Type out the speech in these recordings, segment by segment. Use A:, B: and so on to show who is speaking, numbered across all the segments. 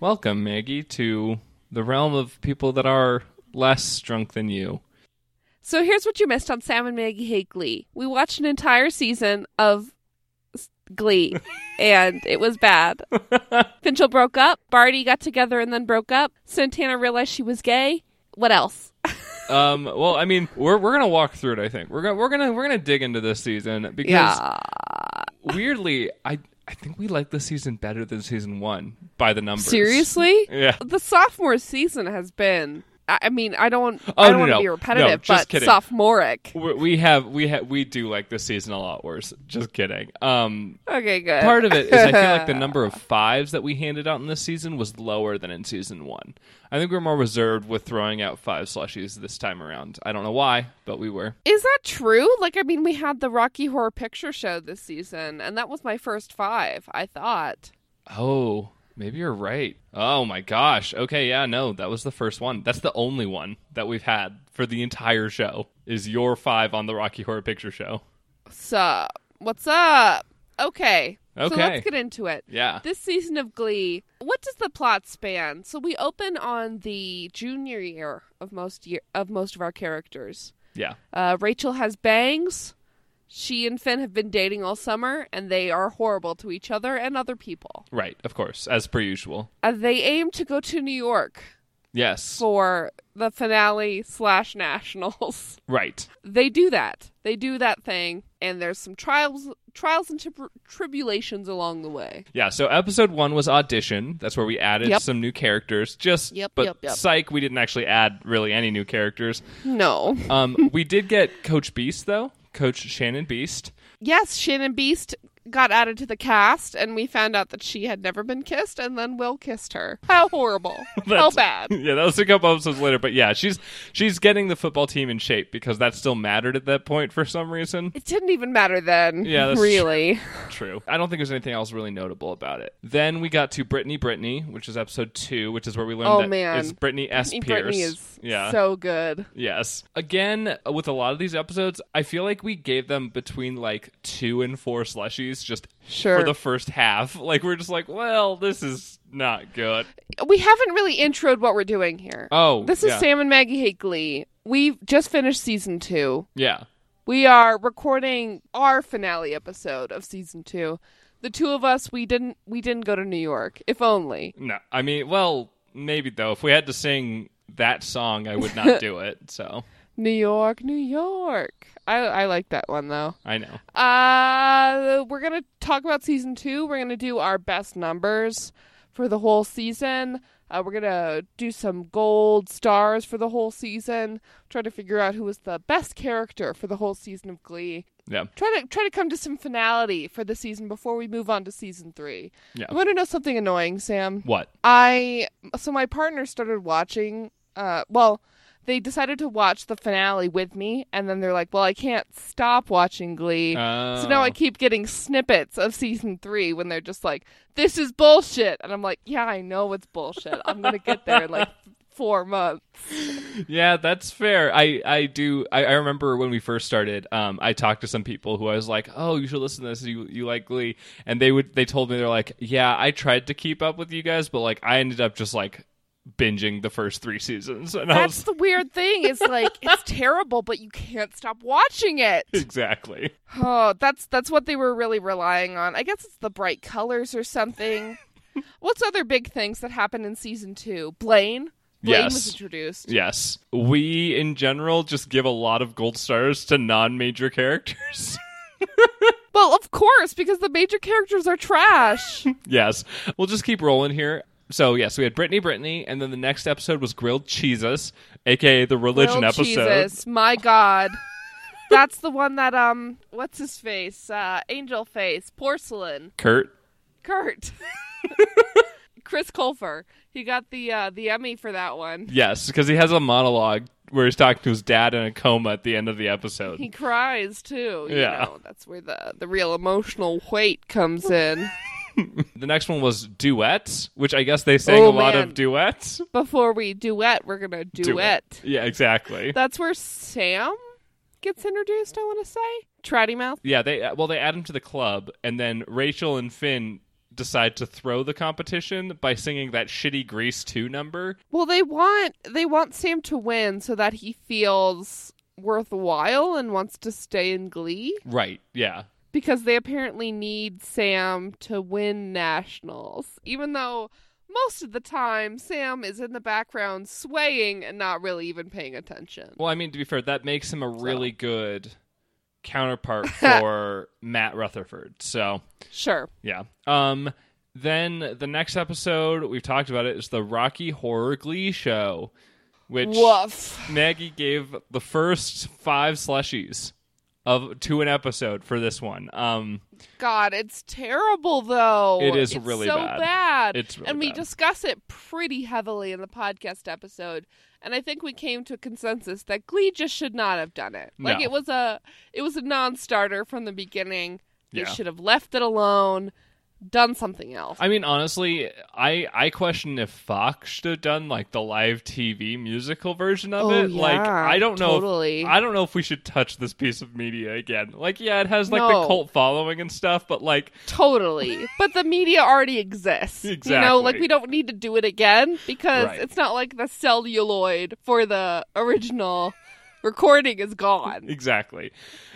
A: Welcome, Maggie, to the realm of people that are less drunk than you.
B: So here's what you missed on Sam and Maggie Hate Glee. We watched an entire season of s- Glee, and it was bad. Finchel broke up. Barty got together and then broke up. Santana realized she was gay. What else?
A: Um, well, I mean, we're we're gonna walk through it. I think we're gonna we're gonna we're gonna dig into this season because
B: Yeah.
A: weirdly, I I think we like this season better than season one by the numbers.
B: Seriously?
A: Yeah.
B: The sophomore season has been. I I mean, I don't.
A: Oh,
B: I
A: no,
B: don't want to
A: no.
B: be
A: No,
B: repetitive,
A: just
B: but
A: kidding.
B: sophomoric.
A: We we have we have we do like this season a lot worse. Just kidding. Um,
B: Okay, good.
A: part of it is I feel like the number of fives that we handed out in this season was lower than in season one. I think we're more reserved with throwing out five slushies this time around. I don't know why, but we were.
B: Is that true? Like, I mean, we had the Rocky Horror Picture Show this season, and that was my first five. I thought.
A: Oh, maybe you're right. Oh my gosh. Okay, yeah, no, that was the first one. That's the only one that we've had for the entire show. Is your five on the Rocky Horror Picture Show?
B: Sup? What's up? Okay. So
A: Okay.
B: let's get into it.
A: Yeah.
B: This season of Glee, what does the plot span? So we open on the junior year of most year of most of our characters.
A: Yeah.
B: Uh, Rachel has bangs. She and Finn have been dating all summer, and they are horrible to each other and other people.
A: Right, of course, as per usual.
B: Uh, they aim to go to New York
A: Yes.
B: for the finale slash nationals.
A: Right.
B: they do that. They do that thing, and there's some trials, trials and trib- tribulations along the way.
A: Yeah, so episode one was audition. That's where we added
B: Yep.
A: some new characters. Just
B: Yep,
A: but
B: yep, yep.
A: psych, we didn't actually add really any new characters.
B: No.
A: Um, we did get Coach Beast though, Coach Shannon Beast.
B: Yes, Shannon Beast got added to the cast, and we found out that she had never been kissed, and then Will kissed her. How horrible! How
A: That's-
B: bad!
A: yeah, that was a couple episodes later, but yeah, she's she's getting the football team in shape because that still mattered at that point for some reason.
B: It didn't even matter then.
A: Yeah, that's
B: really.
A: True. I don't think there's anything else really notable about it. Then we got to Brittany Brittany, which is episode two, which is where we learned
B: Oh,
A: that
B: man.
A: it's Brittany S. Pierce.
B: Brittany is
A: yeah.
B: so good.
A: Yes. Again, with a lot of these episodes, I feel like we gave them between like two and four slushies just
B: Sure.
A: for the first half. Like we're just like, well, this is not good.
B: we haven't really introed what we're doing here.
A: Oh,
B: this is
A: yeah.
B: Sam and Maggie Hate Glee. We've just finished season two.
A: Yeah.
B: We are recording our finale episode of season two. The two of us, we didn't we didn't go to New York. If only.
A: No, I mean, well, maybe though. If we had to sing that song, I would not do it. So
B: New York, New York. I I like that one though.
A: I know.
B: Uh we're gonna talk about season two. We're gonna do our best numbers for the whole season. Uh, we're gonna do some gold stars for the whole season. Try to figure out who was the best character for the whole season of Glee.
A: Yeah.
B: Try to try to come to some finality for the season before we move on to season three.
A: Yeah.
B: You want to know something annoying, Sam?
A: What?
B: I so my partner started watching. Uh, well, they decided to watch the finale with me, and then they're like, "Well, I can't stop watching Glee." So now I
A: Oh.
B: keep getting snippets of season three when they're just like, "This is bullshit," and I'm like, "Yeah, I know it's bullshit. I'm gonna get there in like four months."
A: Yeah, that's fair. I I do. I, I remember when we first started. Um, I talked to some people who I was like, "Oh, you should listen to this. You you like Glee?" And they would they told me they're like, "Yeah, I tried to keep up with you guys, but like I ended up just like binging the first three seasons." And I
B: That's
A: was
B: the weird thing is like it's terrible, but you can't stop watching it.
A: exactly
B: Oh, that's that's what they were really relying on. I guess it's the bright colors or something. What's other big things that happened in season two? Blaine. Blaine was
A: Yes.
B: introduced.
A: yes. We in general just give a lot of gold stars to non-major characters.
B: Well, of course, because the major characters are trash.
A: Yes. We'll just keep rolling here. So yes, we had Brittany Brittany, and then the next episode was Grilled Cheesus, aka the religion
B: Well,
A: episode.
B: Jesus, my God. That's the one that um, what's his face? Uh, Angel face, porcelain,
A: Kurt.
B: Kurt, Chris Colfer. He got the uh, the Emmy for that one.
A: Yes, because he has a monologue where he's talking to his dad in a coma at the end of the episode.
B: He cries too. You
A: Yeah.
B: know, that's where the the real emotional weight comes in.
A: the next one was duets, which I guess they sang
B: Oh,
A: a lot
B: man.
A: of duets.
B: Before we duet, we're gonna duet.
A: Yeah, exactly.
B: That's where Sam gets introduced. I want to say Trotty Mouth.
A: yeah, they well they add him to the club, and then Rachel and Finn decide to throw the competition by singing that shitty Grease two number.
B: Well, they want they want Sam to win so that he feels worthwhile and wants to stay in Glee
A: Right. Yeah.
B: because they apparently need Sam to win nationals, even though. Most of the time, Sam is in the background swaying and not really even paying attention.
A: Well, I mean, to be fair, that makes him a really good counterpart for Matt Rutherford. So,
B: Sure.
A: yeah. Um, then the next episode we've talked about it is the Rocky Horror Glee Show, which
B: Woof.
A: Maggie gave the first five slushies of to an episode for this one. Um,
B: God, it's terrible though.
A: It is
B: It's
A: really
B: so
A: bad. It's really
B: and we
A: bad.
B: discuss it pretty heavily in the podcast episode. And I think we came to a consensus that Glee just should not have done it. Like
A: No.
B: it was a it was a non-starter from the beginning.
A: Yeah.
B: They should have left it alone, done something else.
A: I mean, honestly, I I question if Fox should have done like the live TV musical version of
B: Oh,
A: it. Like,
B: yeah,
A: I don't know. if-
B: totally.
A: I don't know if we should touch this piece of media again. Like, yeah, it has like the
B: No.
A: cult following and stuff, but like,
B: totally. but the media already exists. You know,
A: Exactly.
B: like we don't need to do it again because
A: Right.
B: it's not like the celluloid for the original recording is gone.
A: exactly.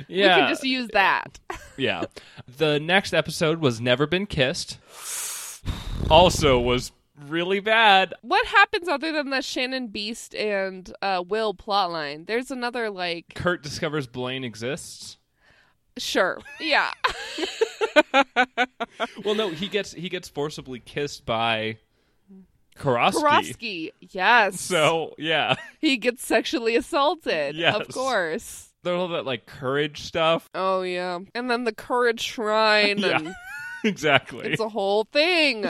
B: We
A: Yeah,
B: can just use that.
A: yeah. The next episode was Never Been Kissed. Also, was really bad.
B: What happens other than the Shannon Beast and uh, Will plotline? There's another like
A: Kurt discovers Blaine exists.
B: sure, yeah,
A: Well, no, he gets he gets forcibly kissed by Karofsky.
B: Karofsky. Yes,
A: So yeah.
B: he gets sexually assaulted.
A: Yes.
B: of course.
A: They're all that like courage stuff.
B: Oh yeah, and then the Courage Shrine.
A: Yeah.
B: and
A: exactly.
B: it's a whole thing.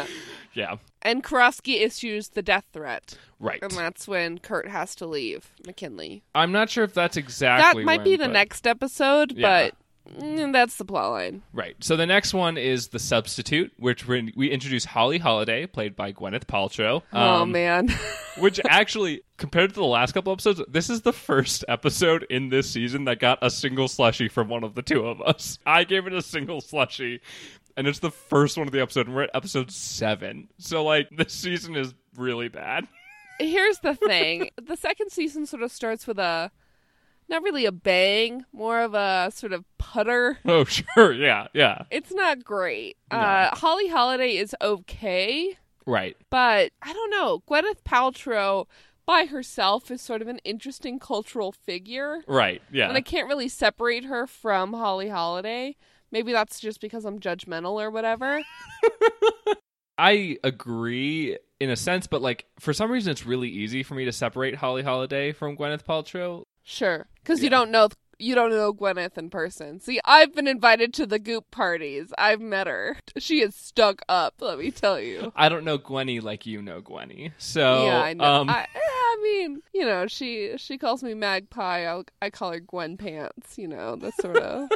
A: yeah.
B: And Karofsky issues the death threat,
A: Right.
B: and that's when Kurt has to leave McKinley.
A: I'm not sure if that's
B: That
A: exactly
B: might
A: when,
B: be the
A: but-
B: next episode,
A: Yeah.
B: but mm, that's the plotline.
A: Right. So the next one is the substitute, which we we introduce Holly Holiday, played by Gwyneth Paltrow.
B: oh
A: um,
B: man.
A: Which actually, compared to the last couple episodes, this is the first episode in this season that got a single slushie from one of the two of us. I gave it a single slushie, and it's the first one of the episode, and we're at episode seven. So like, this season is really bad.
B: Here's the thing. the second season sort of starts with a not really a bang, more of a sort of putter.
A: Oh sure, yeah, yeah,
B: It's not great. Uh Holly Holiday is okay,
A: right.
B: but I don't know. Gwyneth Paltrow by herself is sort of an interesting cultural figure.
A: Right. Yeah.
B: And I can't really separate her from Holly Holiday. Maybe that's just because I'm judgmental or whatever.
A: I agree in a sense, but like for some reason, it's really easy for me to separate Holly Holiday from Gwyneth Paltrow.
B: Sure, because
A: Yeah.
B: you don't know you don't know Gwyneth in person. See, I've been invited to the goop parties. I've met her. She is stuck up. Let me tell you.
A: I don't know Gwenny like you know Gwenny. So
B: yeah, I know.
A: Um,
B: I, I mean, you know, she she calls me Magpie. I'll, I call her Gwen Pants. You know, that's sort of.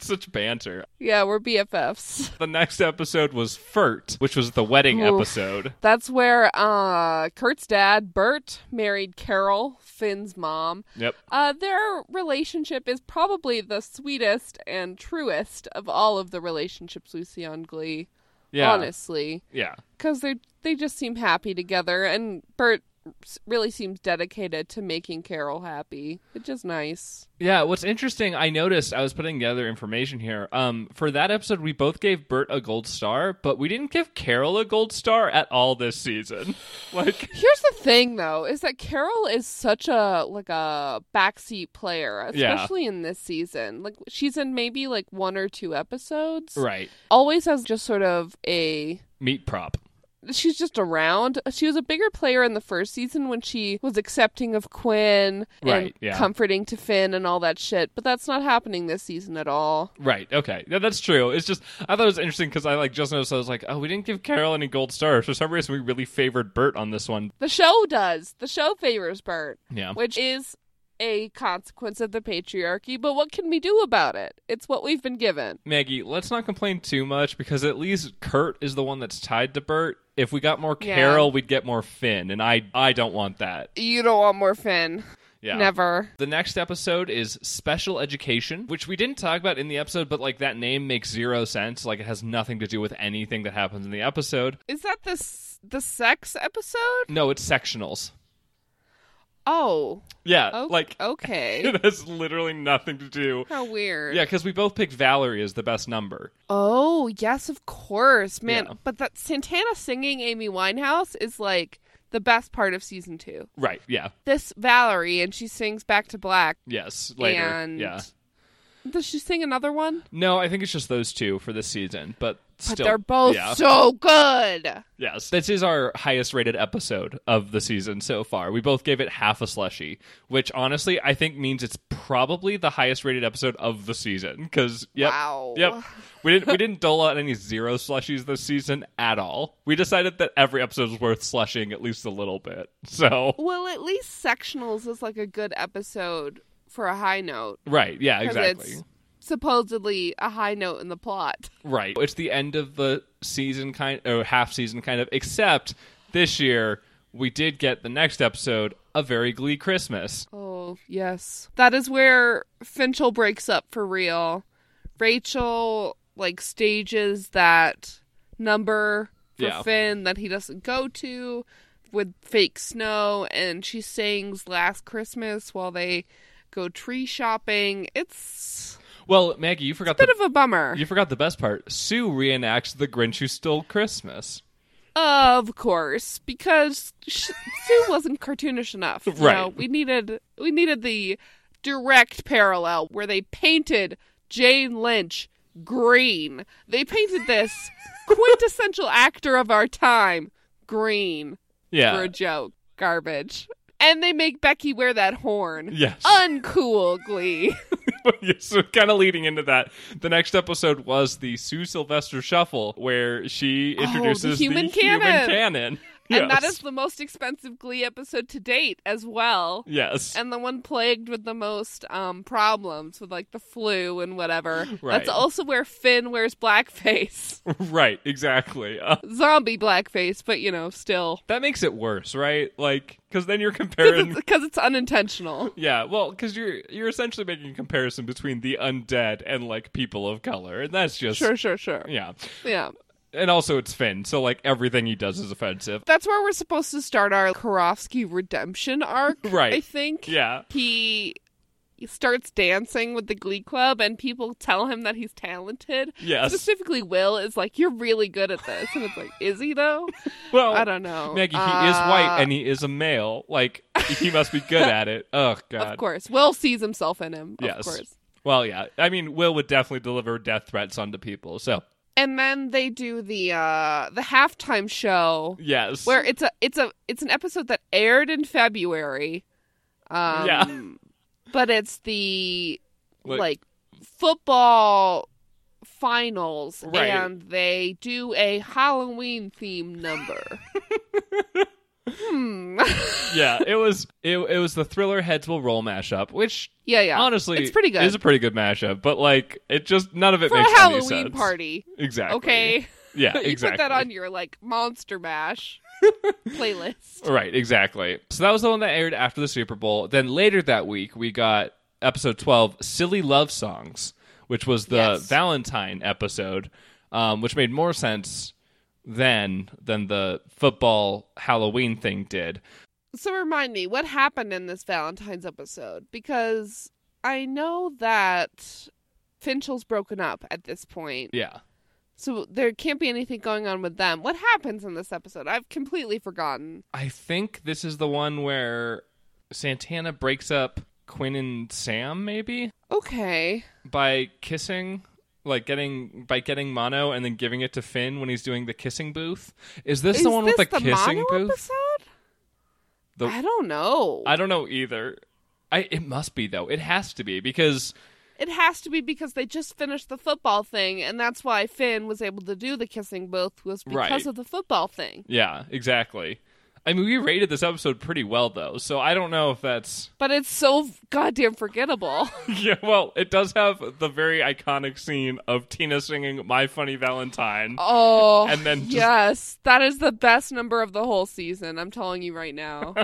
A: such banter.
B: yeah, we're BFFs.
A: The next episode was Furt, which was the wedding
B: Oof.
A: episode.
B: That's where uh, Kurt's dad, Bert, married Carol, Finn's mom.
A: Yep.
B: Uh, their relationship is probably the sweetest and truest of all of the relationships we see on Glee.
A: Yeah.
B: honestly,
A: Yeah.
B: because they they just seem happy together, and Bert s- really seems dedicated to making Carol happy, which is nice.
A: Yeah, what's interesting, I noticed I was putting together information here. Um, for that episode, we both gave Bert a gold star, but we didn't give Carol a gold star at all this season. Like,
B: Here's the thing, though, is that Carol is such a like a backseat player,
A: Yeah.
B: especially in this season. Like she's in maybe like one or two episodes.
A: right.
B: Always has just sort of a
A: Meat prop.
B: she's just around. She was a bigger player in the first season when she was accepting of Quinn and
A: Right, yeah.
B: comforting to Finn and all that shit, but that's not happening this season at all.
A: Right. Okay. Yeah, that's true. It's just I thought it was interesting because I like just noticed I was like, oh, we didn't give Carol any gold stars for some reason. We really favored Bert on this one.
B: The show does. The show favors Bert,
A: Yeah.
B: which is a consequence of the patriarchy, but what can we do about it? It's what we've been given.
A: Maggie, let's not complain too much because at least Kurt is the one that's tied to Bert. If we got more
B: Yeah.
A: Carol, we'd get more Finn, and I I don't want that.
B: You don't want more Finn.
A: Yeah.
B: Never.
A: The next episode is special education, which we didn't talk about in the episode, but like that name makes zero sense. Like it has nothing to do with anything that happens in the episode.
B: Is that the s- the sex episode?
A: No, it's sectionals.
B: Oh,
A: Yeah,
B: o-
A: like
B: okay.
A: it has literally nothing to do.
B: How weird.
A: Yeah, because we both picked Valerie as the best number.
B: Oh, yes, of course, man.
A: Yeah.
B: But that Santana singing Amy Winehouse is like the best part of season two.
A: Right. Yeah.
B: This Valerie and she sings Back to Black.
A: Yes. Later.
B: And
A: Yeah.
B: Does she sing another one?
A: No, I think it's just those two for this season, but
B: But
A: still,
B: they're both
A: yeah.
B: so good.
A: Yes, this is our highest rated episode of the season so far. We both gave it half a slushy, which honestly I think means it's probably the highest rated episode of the season. Because yep,
B: Wow.
A: yep, we didn't we didn't dole out any zero slushies this season at all. We decided that every episode was worth slushing at least a little bit. So
B: Well, at least sectionals is like a good episode for a high note.
A: right, yeah,
B: 'cause
A: exactly.
B: It's supposedly a high note in the plot.
A: Right. It's the end of the season kind or half season kind of except this year we did get the next episode a very glee Christmas.
B: Oh, yes. That is where Finchel breaks up for real. Rachel like stages that number for
A: Yeah.
B: Finn that he doesn't go to with fake snow and she sings last Christmas while they go tree shopping. It's
A: Well, Maggie, you forgot
B: a bit
A: the
B: of a bummer.
A: you forgot the best part. Sue reenacts the Grinch who stole Christmas.
B: Of course, because sh- Sue wasn't cartoonish enough. You
A: Right.
B: know, we needed we needed the direct parallel where they painted Jane Lynch green. They painted this quintessential actor of our time green for
A: Yeah.
B: a joke, garbage, and they make Becky wear that horn.
A: Yes.
B: Uncool Glee.
A: Yes, so kind of leading into that, the next episode was the Sue Sylvester Shuffle, where she
B: Oh, the
A: introduces
B: human
A: human
B: cannon.
A: cannon.
B: And that
A: Yes.
B: is the most expensive Glee episode to date as well.
A: yes,
B: and the one plagued with the most um, problems with like the flu and whatever.
A: Right.
B: That's also where Finn wears blackface,
A: right, exactly. Uh,
B: zombie blackface, but you know, still
A: that makes it worse, right? Like, because then you're
B: because
A: comparing
B: it's, 'cause it's unintentional.
A: Yeah, well, because you're you're essentially making a comparison between the undead and like people of color, and that's just
B: Sure, sure, sure.
A: yeah.
B: Yeah,
A: And also, it's Finn, so like everything he does is offensive.
B: that's where we're supposed to start our Karofsky redemption arc.
A: Right.
B: I think.
A: Yeah,
B: he. he starts dancing with the glee club and people tell him that he's talented
A: yes.
B: specifically will is like you're really good at this and it's like is he though
A: Well,
B: i don't know
A: Maggie, he is
B: Uh,
A: white and he is a male. Like he must be good at it. Oh God.
B: Of course. Will sees himself in him.
A: Yes.
B: Of course.
A: Well, yeah. I mean, Will would definitely deliver death threats onto people. So
B: And then they do the uh the halftime show
A: yes,
B: where it's a it's a it's an episode that aired in February. Um
A: Yeah.
B: but it's the
A: Like-
B: like, football finals
A: Right.
B: and they do a Halloween theme number. hmm.
A: yeah, it was it, it was the Thriller Heads Will Roll mashup, which
B: yeah, yeah.
A: honestly,
B: it's pretty good.
A: It's a pretty good mashup, but like it just none of it
B: for a
A: makes any
B: Halloween
A: sense.
B: party.
A: Exactly.
B: Okay.
A: Yeah.
B: you
A: Exactly.
B: put that on your like monster mash playlist
A: Right. Exactly. So that was the one that aired after the Super Bowl. Then later that week, we got episode twelve, "Silly Love Songs," which was the
B: Yes.
A: Valentine episode, um, which made more sense then than the football Halloween thing did.
B: so remind me what happened in this valentine's episode because i know that finchel's broken up at this point
A: Yeah.
B: so there can't be anything going on with them what happens in this episode i've completely forgotten
A: I think this is the one where Santana breaks up Quinn and Sam, maybe.
B: okay
A: by kissing like getting by getting mono and then giving it to Finn when he's doing the kissing booth. Is this
B: is
A: the one
B: this
A: with the,
B: the,
A: kissing
B: mono
A: booth?
B: episode
A: The-
B: i don't know
A: I don't know either. I it must be though. It has to be because
B: it has to be because they just finished the football thing and that's why finn was able to do the kissing booth was because
A: Right.
B: of the football thing
A: yeah, exactly. I mean, we rated this episode pretty well though, so I don't know if that's
B: But it's so goddamn forgettable.
A: yeah. Well, it does have the very iconic scene of Tina singing "My Funny Valentine."
B: Oh,
A: And then just-
B: yes, that is the best number of the whole season. I'm telling you right now.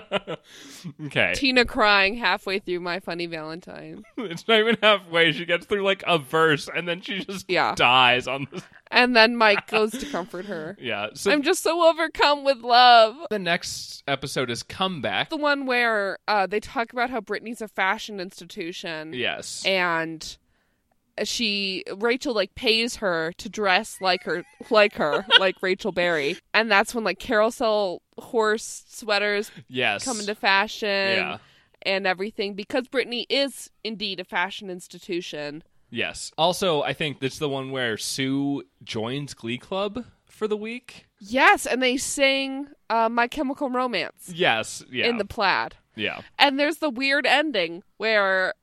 A: Okay,
B: Tina crying halfway through My Funny Valentine,
A: it's not even halfway. She gets through like a verse, and then she just
B: Yeah.
A: dies on this.
B: and then Mike goes to comfort her.
A: Yeah. So
B: I'm just so overcome with love.
A: the next episode is comeback.
B: The one where uh, they talk about how Britney's a fashion institution,
A: Yes.
B: and she Rachel like pays her to dress like her, like her, like Rachel Berry, and that's when like carousel horse sweaters
A: yes.
B: come into fashion.
A: yeah.
B: and everything because Britney is indeed a fashion institution.
A: Yes. Also, I think that's the one where Sue joins Glee Club for the week.
B: Yes, and they sing uh, My Chemical Romance
A: Yes. Yeah.
B: in the plaid.
A: yeah.
B: And there's the weird ending where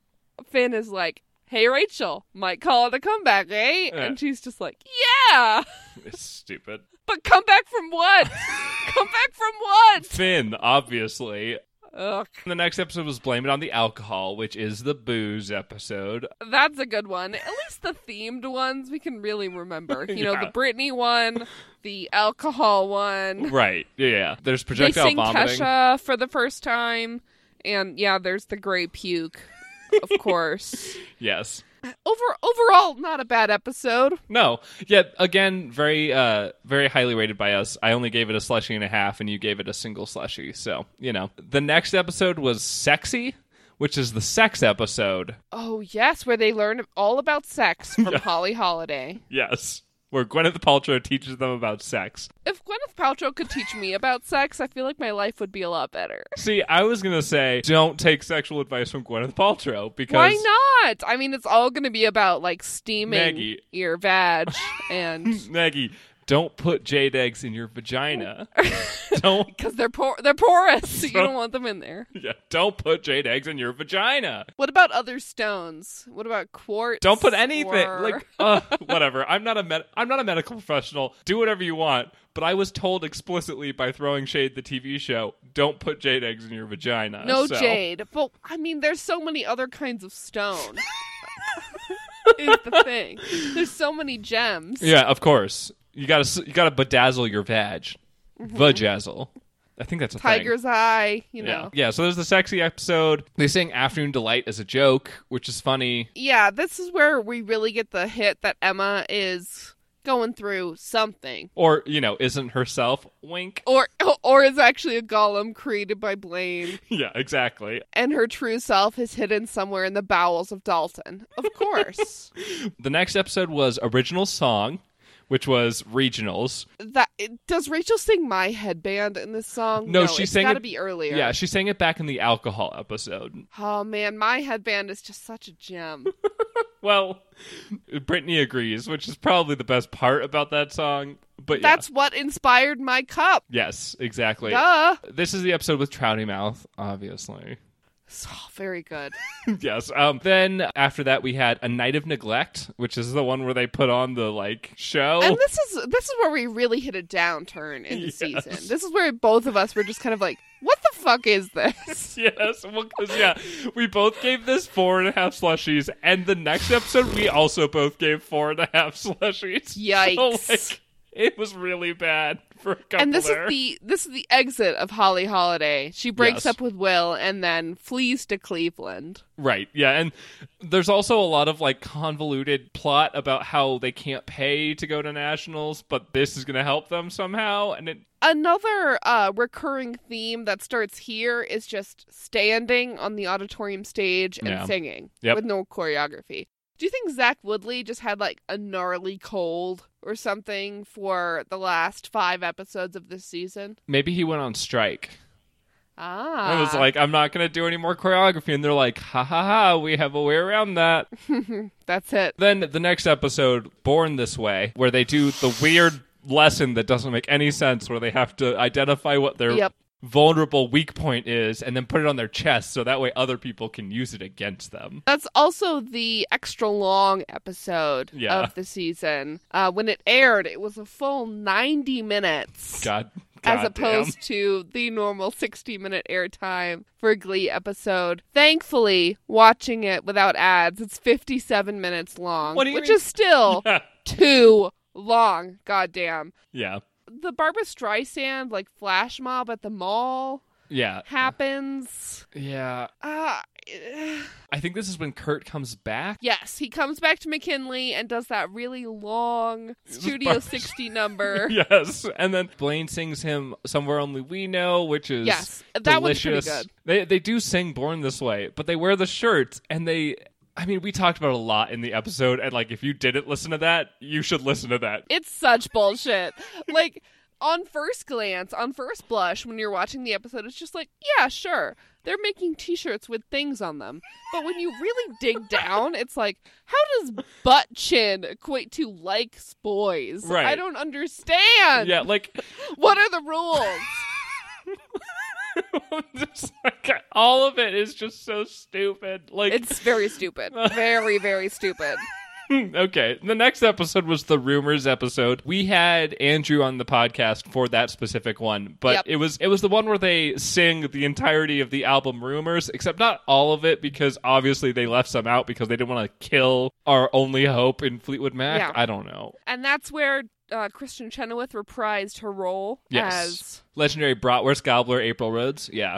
B: Finn is like, Hey, Rachel, might call it a comeback, eh?
A: Yeah.
B: And she's just like, Yeah,
A: It's stupid.
B: but come back from what? come back from what?
A: Finn, obviously.
B: Ugh,
A: The next episode was Blame It on the Alcohol, which is the booze episode.
B: that's a good one. At least the themed ones we can really remember. You know,
A: Yeah.
B: the Britney one, the alcohol one.
A: Right. Yeah. There's
B: they
A: projectile
B: sing
A: vomiting.
B: Kesha for the first time, and yeah, there's the gray puke, of course.
A: Yes.
B: Over overall, not a bad episode.
A: No. Yeah. Again, very, uh, very highly rated by us. I only gave it a slushy and a half, and you gave it a single slushy. So you know, the next episode was sexy, which is the sex episode.
B: Oh yes, where they learn all about sex from Holly Holiday.
A: Yes. Where Gwyneth Paltrow teaches them about sex.
B: If Gwyneth Paltrow could teach me about sex, I feel like my life would be a lot better.
A: See, I was gonna say, don't take sexual advice from Gwyneth Paltrow because
B: Why not? I mean, it's all going to be about like steaming
A: Maggie.
B: your vag and
A: Maggie, don't put jade eggs in your vagina. don't,
B: because they're por- they're porous, so you don't want them in there.
A: yeah, don't put jade eggs in your vagina.
B: What about other stones? What about quartz?
A: Don't put anything
B: or-
A: like uh, whatever. I'm not a med- I'm not a medical professional. Do whatever you want. But I was told explicitly by throwing shade the TV show, don't put jade eggs in your vagina.
B: No
A: Uh, so.
B: jade, but I mean, there's so many other kinds of stone. is the thing. There's so many gems.
A: Yeah, of course. You gotta s- you gotta bedazzle your vag, vajazzle. I think that's a thing.
B: Mm-hmm. Tiger's eye, you
A: Yeah,
B: know.
A: yeah. So there's the sexy episode. They sing "Afternoon Delight" as a joke, which is funny.
B: Yeah. this is where we really get the hit that Emma is going through something.
A: or you know isn't herself wink
B: Or or is actually a golem created by Blaine
A: yeah exactly
B: and her true self is hidden somewhere in the bowels of Dalton. Of course.
A: the next episode was original song which was regionals
B: that does Rachel sing my headband in this song?
A: No, she
B: it's
A: sang
B: gotta
A: it-
B: be earlier.
A: yeah she sang it back in the alcohol episode
B: Oh man, my headband is just such a gem.
A: well brittany agrees which is probably the best part about that song but yeah.
B: That's what inspired my cup.
A: yes exactly
B: Duh.
A: this is the episode with trouty mouth obviously
B: So oh, very good.
A: yes um then after that we had a night of neglect which is the one where they put on the like show
B: And this is this is where we really hit a downturn in
A: Oh.
B: the
A: Yes.
B: season. This is where both of us were just kind of like, "What the fuck is this?"
A: Yes, well, 'cause, yeah, we both gave this four and a half slushies, and the next episode we also both gave four and a half slushies.
B: Yikes.
A: So, like, it was really bad for a couple.
B: And this is
A: there.
B: the this is the exit of Holly Holiday. She
A: Yes.
B: breaks up with Will and then flees to Cleveland.
A: right, yeah, and there's also a lot of like convoluted plot about how they can't pay to go to nationals, but this is going to help them somehow, and it.
B: Another uh, recurring theme that starts here is just standing on the auditorium stage and
A: Yeah.
B: singing
A: Yep.
B: with no choreography. Do you think Zach Woodley just had like a gnarly cold or something for the last five episodes of this season?
A: Maybe he went on strike.
B: Ah,
A: I was like, I'm not going to do any more choreography. And they're like, ha ha ha, we have a way around that.
B: that's it.
A: Then the next episode, Born This Way, where they do the weird lesson that doesn't make any sense, where they have to identify what their
B: Yep.
A: vulnerable weak point is and then put it on their chest so that way other people can use it against them.
B: That's also the extra long episode
A: Yeah.
B: of the season. Uh, when it aired, it was a full ninety minutes.
A: God
B: as opposed to the normal 60 minute airtime for a Glee episode. Thankfully, watching it without ads, it's 57 minutes long,
A: What do you
B: which
A: mean?
B: is still too long. Goddamn.
A: yeah.
B: The Barbara Streisand like flash mob at the mall
A: Yeah.
B: happens.
A: Yeah.
B: Uh,
A: I think this is when Kurt comes back.
B: yes, he comes back to McKinley and does that really long Studio
A: Barbra-
B: 60 number.
A: Yes, and then Blaine sings him "Somewhere Only We Know," which is
B: Yes, that one's pretty
A: delicious.
B: good.
A: They they do sing "Born This Way," but they wear the shirts, and they. I mean, we talked about it a lot in the episode, and like, if you didn't listen to that, you should listen to that.
B: It's such bullshit. like on first glance, on first blush, when you're watching the episode, it's just like, yeah, sure. They're making t-shirts with things on them. But when you really dig down, it's like, how does butt chin equate to likes boys?
A: Right.
B: I don't understand.
A: Yeah, like,
B: What are the rules?
A: just like, all of it is just so stupid. Like,
B: it's very stupid. Very, very stupid.
A: okay. The next episode was the rumors episode. We had Andrew on the podcast for that specific one, but
B: Yep.
A: it was it was the one where they sing the entirety of the album Rumors, except not all of it because obviously they left some out because they didn't want to kill our only hope in Fleetwood Mac.
B: Yeah.
A: I don't know.
B: And that's where uh, Christian Chenoweth reprised her role
A: Yes.
B: as
A: Legendary Bratwurst Gobbler April Rhodes. Yeah.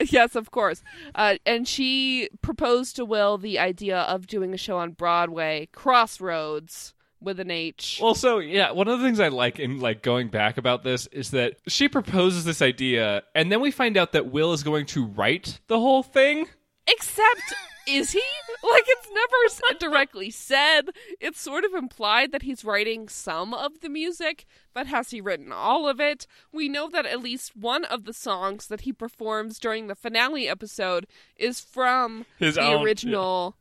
B: yes, of course. Uh, and she proposed to Will the idea of doing a show on Broadway, Crossroads, with an H.
A: Also, yeah, one of the things I like in like going back about this is that she proposes this idea and then we find out that Will is going to write the whole thing.
B: Except, is he? Like, it's never s- directly said. It's sort of implied that he's writing some of the music, but has he written all of it? We know that at least one of the songs that he performs during the finale episode is from
A: His
B: the
A: own-
B: original.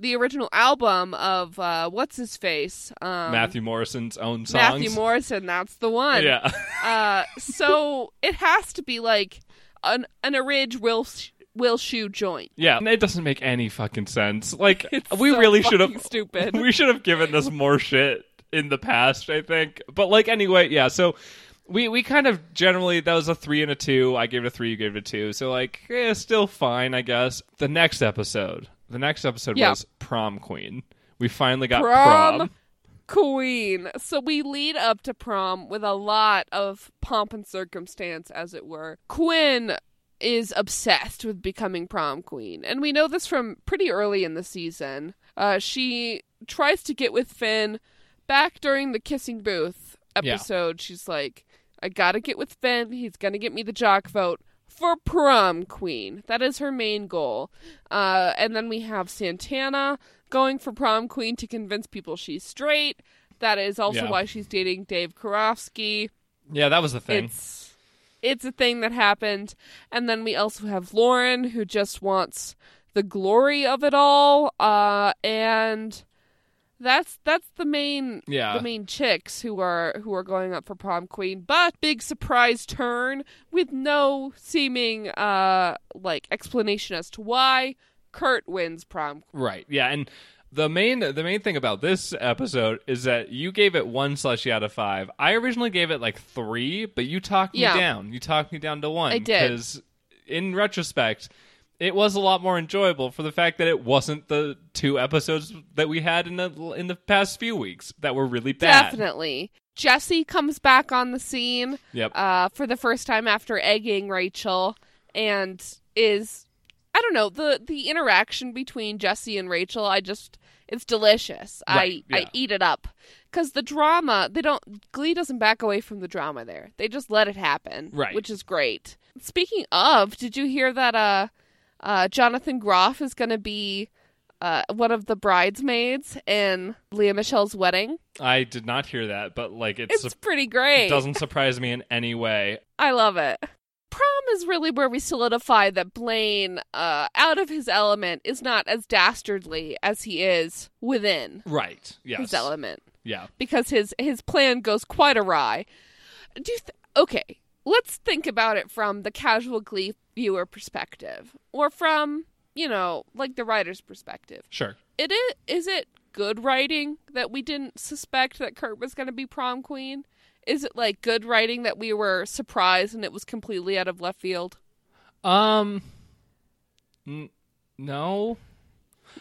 B: The original album of uh, what's his face, um,
A: Matthew Morrison's own songs.
B: Matthew Morrison, that's the one.
A: Yeah.
B: Uh, so it has to be like an an Ridge Will Sh- Will Shoe joint.
A: yeah. And it doesn't make any fucking sense. Like we
B: so
A: really should
B: fucking
A: have
B: stupid.
A: We should have given this more shit in the past, I think. But like anyway, yeah, so we, we kind of generally that was a three and a two. I gave it a three, you gave it a two. So like eh, still fine, I guess. The next episode. The next episode
B: Yeah.
A: was prom queen. We finally got
B: Prom
A: prom.
B: Queen. So we lead up to prom with a lot of pomp and circumstance, as it were. Quinn is obsessed with becoming prom queen, and we know this from pretty early in the season. Uh, she tries to get with Finn back during the kissing booth
A: Yeah.
B: episode. She's like, "I gotta get with Finn. He's gonna get me the jock vote." For prom queen. That is her main goal. Uh, and then we have Santana going for prom queen to convince people she's straight. That is also
A: Yeah.
B: why she's dating Dave Karofsky.
A: Yeah, that was the thing.
B: It's it's a thing that happened. And then we also have Lauren who just wants the glory of it all. Uh, and that's that's the main
A: Yeah.
B: the main chicks who are who are going up for prom queen. But big surprise turn with no seeming uh like explanation as to why Kurt wins prom
A: Right. Yeah, and the main the main thing about this episode is that you gave it one slushy out of five. I originally gave it like three, but you talked me
B: Yeah.
A: down. You talked me down to one.
B: I did.
A: Because in retrospect, it was a lot more enjoyable for the fact that it wasn't the two episodes that we had in the in the past few weeks that were really bad.
B: Definitely. Jesse comes back on the scene
A: Yep.
B: uh, for the first time after egging Rachel and is I don't know, the the interaction between Jesse and Rachel, I just it's delicious.
A: Right,
B: I I
A: yeah.
B: eat it up. Cuz the drama, they don't Glee doesn't back away from the drama there. They just let it happen,
A: Right.
B: which is great. Speaking of, did you hear that uh uh Jonathan Groff is going to be uh, one of the bridesmaids in Leah Michelle's wedding.
A: I did not hear that, but like it's,
B: It's pretty great.
A: it doesn't surprise me in any way.
B: I love it. Prom is really where we solidify that Blaine, uh, out of his element, is not as dastardly as he is within
A: Right. Yes.
B: his element
A: Yeah.
B: because his his plan goes quite awry. Do you th- okay? Let's think about it from the casual Glee viewer perspective, or from you know, like the writer's perspective.
A: Sure.
B: It is. Is it good writing that we didn't suspect that Kurt was going to be prom queen? is it like good writing that we were surprised and it was completely out of left field?
A: Um, n- no,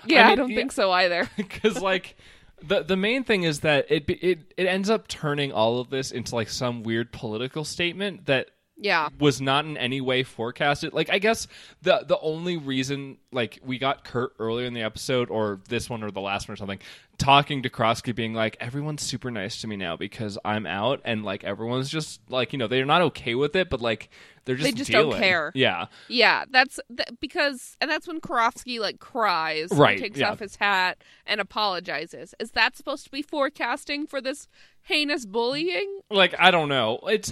B: Yeah, I,
A: mean,
B: don't
A: yeah.
B: think so either.
A: because like the the main thing is that it be- it it ends up turning all of this into like some weird political statement that
B: yeah.
A: was not in any way forecasted. Like I guess the the only reason like we got Kurt earlier in the episode or this one or the last one or something talking to Krosky being like everyone's super nice to me now because I'm out and like everyone's just like you know they're not okay with it but like they're just
B: They just don't
A: dealing.
B: care.
A: Yeah.
B: Yeah, that's th- because, and that's when Karofsky like cries, and
A: Right,
B: takes
A: yeah.
B: off his hat and apologizes. Is that supposed to be forecasting for this heinous bullying?
A: like i don't know it's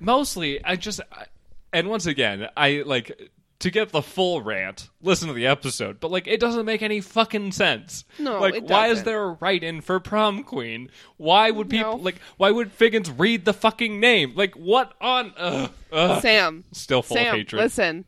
A: mostly i just I, and once again i like to get the full rant listen to the episode but like it doesn't make any fucking sense
B: No,
A: like
B: it
A: why is
B: doesn't.
A: there a write-in for prom queen why would people
B: No.
A: like why would figgins read the fucking name like what on ugh, ugh.
B: Sam,
A: still full
B: Sam,
A: of hatred
B: listen.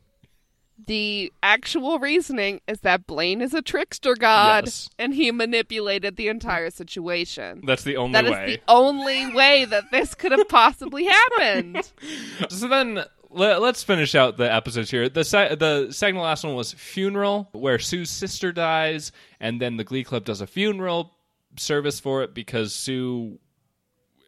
B: The actual reasoning is that Blaine is a trickster god,
A: Yes.
B: and he manipulated the entire situation.
A: that's the only
B: That is
A: way
B: the only way that this could have possibly happened.
A: So then le- let's finish out the episodes here. The se- the second to last one was funeral, where Sue's sister dies, and then the Glee Club does a funeral service for it because Sue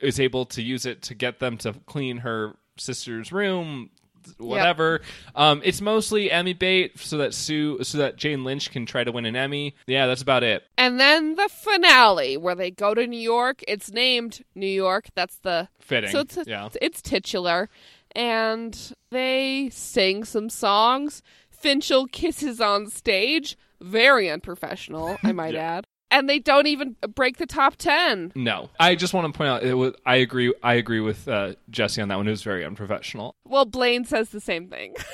A: is able to use it to get them to clean her sister's room. Whatever. Um, it's mostly Emmy bait so that Sue, so that Jane Lynch can try to win an Emmy. Yeah, that's about it.
B: And then the finale, where they go to New York. It's named New York. That's the
A: Fitting.
B: so it's
A: yeah.
B: it's titular, and they sing some songs. Finchel kisses on stage, very unprofessional, I might
A: Yeah.
B: add. And they don't even break the top ten.
A: No, I just want to point out. It was. I agree. I agree with uh, Jesse on that one. It was very unprofessional.
B: Well, Blaine says the same thing.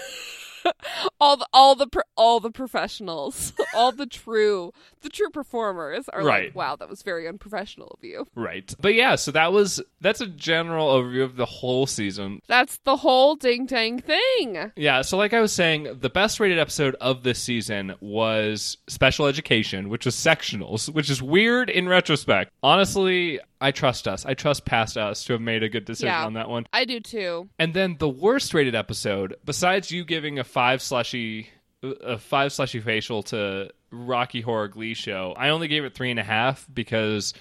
B: all the all the pro- all the professionals, all the true the true performers are
A: Right.
B: like, wow, that was very unprofessional of you.
A: Right. But yeah, so that was that's a general overview of the whole season.
B: That's the whole ding dang thing.
A: Yeah, so like I was saying, the best rated episode of this season was Special Education, which was sectionals, which is weird in retrospect. Honestly, I trust us. I trust past us to have made a good decision
B: Yeah.
A: on that one.
B: I do too.
A: And then the worst rated episode, besides you giving a five slushy, a five slushy facial to Rocky Horror Glee Show, I only gave it three and a half because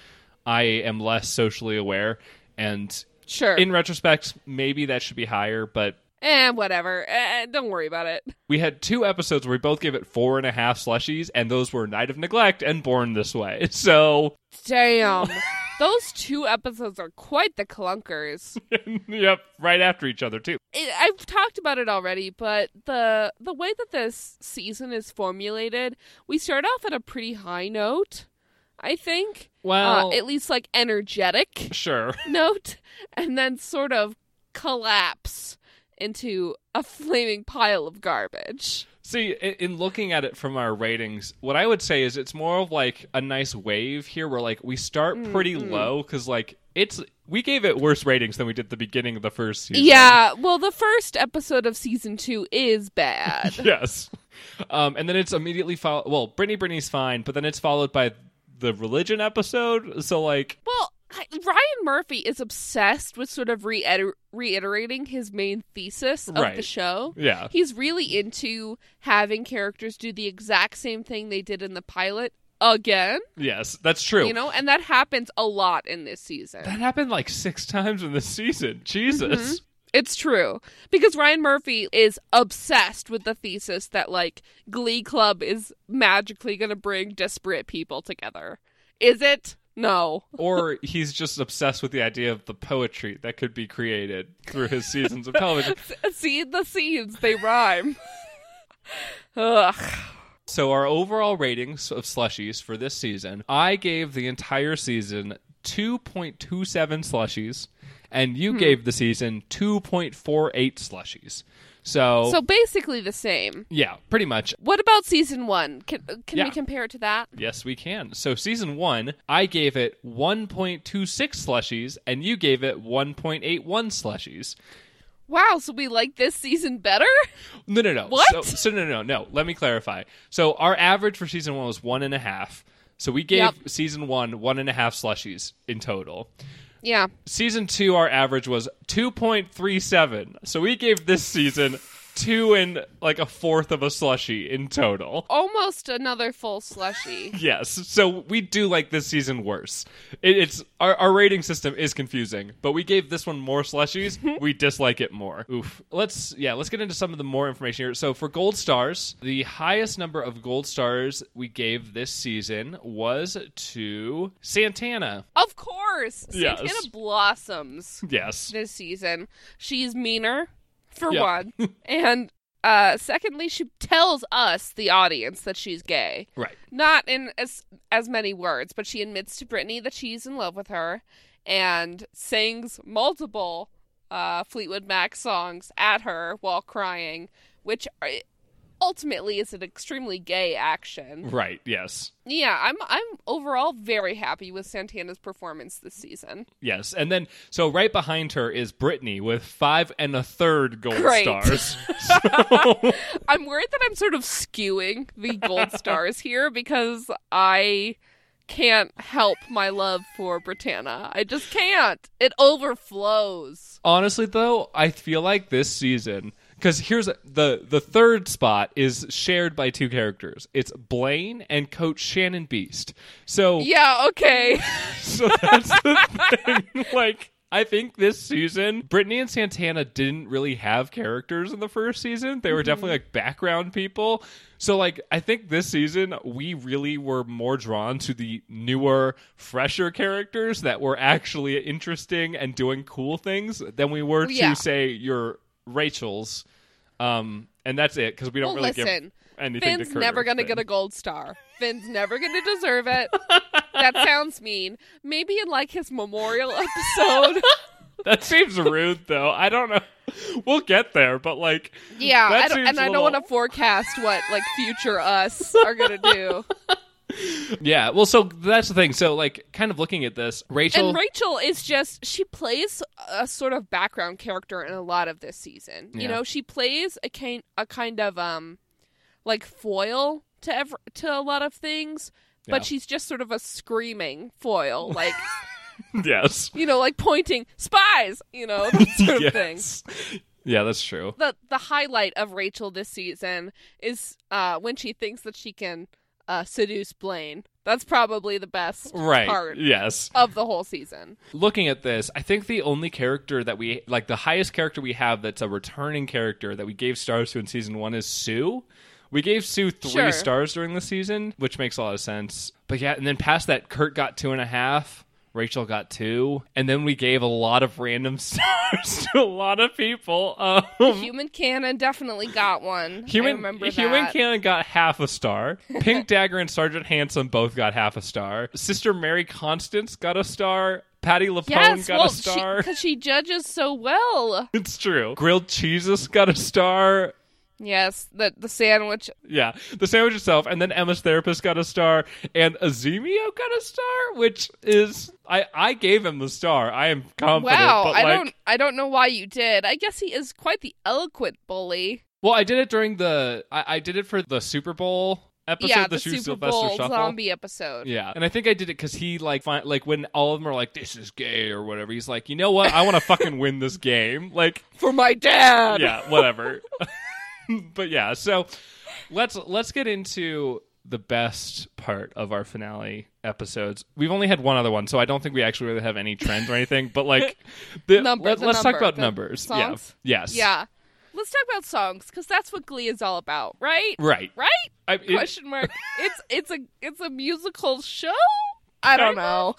A: I am less socially aware and
B: Sure.
A: in retrospect, maybe that should be higher, but
B: and whatever. Eh, don't worry about it.
A: we had two episodes where we both gave it four and a half slushies, and those were Night of Neglect and Born This Way. So,
B: Damn. Those two episodes are quite the clunkers.
A: yep, right after each other, too.
B: It, I've talked about it already, but the the way that this season is formulated, we start off at a pretty high note, I think.
A: Well,
B: uh, at least like energetic
A: sure.
B: note, and then sort of collapse into a flaming pile of garbage.
A: See, in, in looking at it from our ratings, what I would say is it's more of like a nice wave here where like we start pretty
B: Mm-hmm.
A: low because like it's we gave it worse ratings than we did the beginning of the first season.
B: Yeah, well, the first episode of season two is bad.
A: yes. Um, and then it's immediately followed. Well, Brittany, Brittany's fine, but then it's followed by the religion episode. So like,
B: well, I- Ryan Murphy is obsessed with sort of reiter- reiterating his main thesis of the
A: Right.
B: show.
A: yeah,
B: He's really into having characters do the exact same thing they did in the pilot again,
A: yes, that's true.
B: you know, and that happens a lot in this season.
A: that happened like six times in the season.
B: Mm-hmm.
A: Jesus.
B: It's true because Ryan Murphy is obsessed with the thesis that like Glee Club is magically going to bring disparate people together. Is it? No.
A: or he's just obsessed with the idea of the poetry that could be created through his seasons of television.
B: See the seeds, they rhyme. Ugh.
A: So our overall ratings of slushies for this season, I gave the entire season 2.27 slushies and
B: Hmm.
A: you gave the season 2.48 slushies. So,
B: So basically the same.
A: yeah, pretty much.
B: What about season one? Can can
A: Yeah.
B: we compare it to that?
A: Yes, we can. So season 1, I gave it 1.26 slushies and you gave it 1.81 slushies.
B: Wow, so we like this season better?
A: No, no, no. So,
B: What?
A: so no, no, no, no. Let me clarify. So our average for season one was one and a half. So we gave
B: Yep.
A: season one one and a half slushies in total.
B: Yeah.
A: Season two, our average was 2.37. So we gave this season two and like a fourth of a slushy in total.
B: Almost another full slushy.
A: Yes. So we do like this season worse. It, it's our, our rating system is confusing, but we gave this one more slushies. we dislike it more. Oof. Let's yeah, let's get into some of the more information here. So for gold stars, the highest number of gold stars we gave this season was to Santana.
B: of course.
A: Yes.
B: Santana blossoms
A: Yes.
B: this season. She's meaner, for
A: Yeah.
B: one. and uh secondly, she tells us, the audience, that she's gay.
A: Right.
B: not in as as many words, but she admits to Brittany that she's in love with her and sings multiple uh, Fleetwood Mac songs at her while crying, which are, ultimately is an extremely gay action.
A: Right. Yes.
B: Yeah, I'm I'm overall very happy with Santana's performance this season.
A: Yes. And then, so right behind her is Brittany with five and a third gold
B: Great.
A: stars. So,
B: I'm worried that I'm sort of skewing the gold stars here because I can't help my love for Britannia. I just can't. It overflows.
A: honestly, though, I feel like this season, because here's the the third spot is shared by two characters. It's Blaine and Coach Shannon Beast. So,
B: Yeah, okay.
A: so that's the thing. Like. I think this season, Brittany and Santana didn't really have characters in the first season.
B: Mm-hmm.
A: They were definitely like background people. So, like, I think this season we really were more drawn to the newer, fresher characters that were actually interesting and doing cool things than we were
B: Yeah.
A: to, say, your Rachel's. Um, and that's it because we don't
B: Well,
A: really give
B: listen,
A: anything
B: Finn's
A: to Kurt
B: never
A: or
B: going to
A: Finn.
B: get a gold star. Finn's never going to deserve it. that sounds mean. Maybe in like his memorial episode.
A: That seems rude, though. I don't know. We'll get there, but like,
B: yeah,
A: That
B: I don't,
A: seems
B: and I don't
A: little-
B: want to forecast what like future us are going to do.
A: Yeah, well, so that's the thing. So, like, kind of looking at this, Rachel.
B: And Rachel is just she plays a sort of background character in a lot of this season.
A: Yeah.
B: You know, she plays a kind a kind of um like foil to ev- to a lot of things,
A: Yeah.
B: but she's just sort of a screaming foil, like
A: yes.
B: you know, like pointing spies, you know, that sort of thing.
A: yes. Yeah, that's true.
B: The the highlight of Rachel this season is uh when she thinks that she can uh seduce Blaine. That's probably the best
A: Right.
B: part
A: Yes.
B: of the whole season.
A: Looking at this, I think the only character that we like, the highest character we have that's a returning character that we gave stars to in season one is Sue. We gave Sue three
B: Sure.
A: stars during the season, which makes a lot of sense. But yeah, and then past that, Kurt got two and a half. Rachel got two, and then we gave a lot of random stars to a lot of people. Um,
B: Human Cannon definitely got one. I
A: Human
B: remember
A: Human
B: that.
A: Cannon got half a star. Pink Dagger and Sergeant Handsome both got half a star. Sister Mary Constance got a star. Patty Lapone
B: yes,
A: got
B: well,
A: a star.
B: because she, judges so well.
A: it's true. Grilled Cheesus got a star.
B: Yes, the the sandwich.
A: Yeah, the sandwich itself, and then Emma's therapist got a star, and Azumio got a star, which is I I gave him the star. I am confident.
B: Wow,
A: but
B: I
A: like,
B: don't I don't know why you did. I guess he is quite the eloquent bully.
A: Well, I did it during the I, I did it for the Super Bowl episode,
B: yeah,
A: the,
B: the
A: Shoe
B: Super
A: Sylvester
B: Bowl
A: Shuffle.
B: zombie episode.
A: Yeah, and I think I did it because he like find, like when all of them are like, "This is gay" or whatever. He's like, "You know what? I want to fucking win this game." Like,
B: For my dad.
A: yeah, whatever. but yeah, so let's let's get into the best part of our finale episodes. We've only had one other one, so I don't think we actually really have any trends or anything. But like, the,
B: Number- the
A: let, us talk
B: number,
A: about
B: the
A: numbers.
B: songs?
A: Yeah. Yes.
B: Yeah. Let's talk about songs because that's what Glee is all about, right?
A: Right.
B: Right?
A: I, it-
B: Question mark. it's it's a it's a musical show. I don't
A: Kinda.
B: know.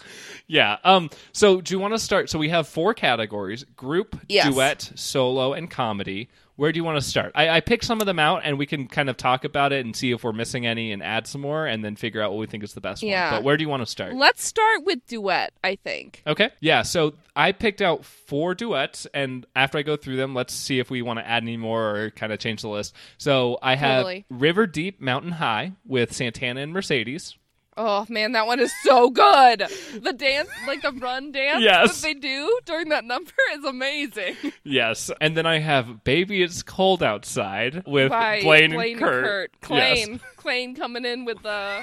A: Yeah. Um. So, do you want to start? So, we have four categories: group,
B: Yes.
A: duet, solo, and comedy. Where do you want to start? I, I picked some of them out, and we can kind of talk about it and see if we're missing any, and add some more, and then figure out what we think is the best
B: Yeah.
A: one. But where do you want to start?
B: Let's start with duet. I think.
A: Okay. Yeah. So I picked out four duets, and after I go through them, let's see if we want to add any more or kind of change the list. So I have
B: Totally.
A: River Deep Mountain High with Santana and Mercedes.
B: Oh man, that one is so good. The dance, like the run dance
A: Yes.
B: that they do during that number is amazing.
A: Yes. And then I have Baby It's Cold Outside with
B: By
A: Blaine,
B: Blaine
A: and Kurt.
B: Kurt.
A: Yes.
B: Klain. Klain coming in with the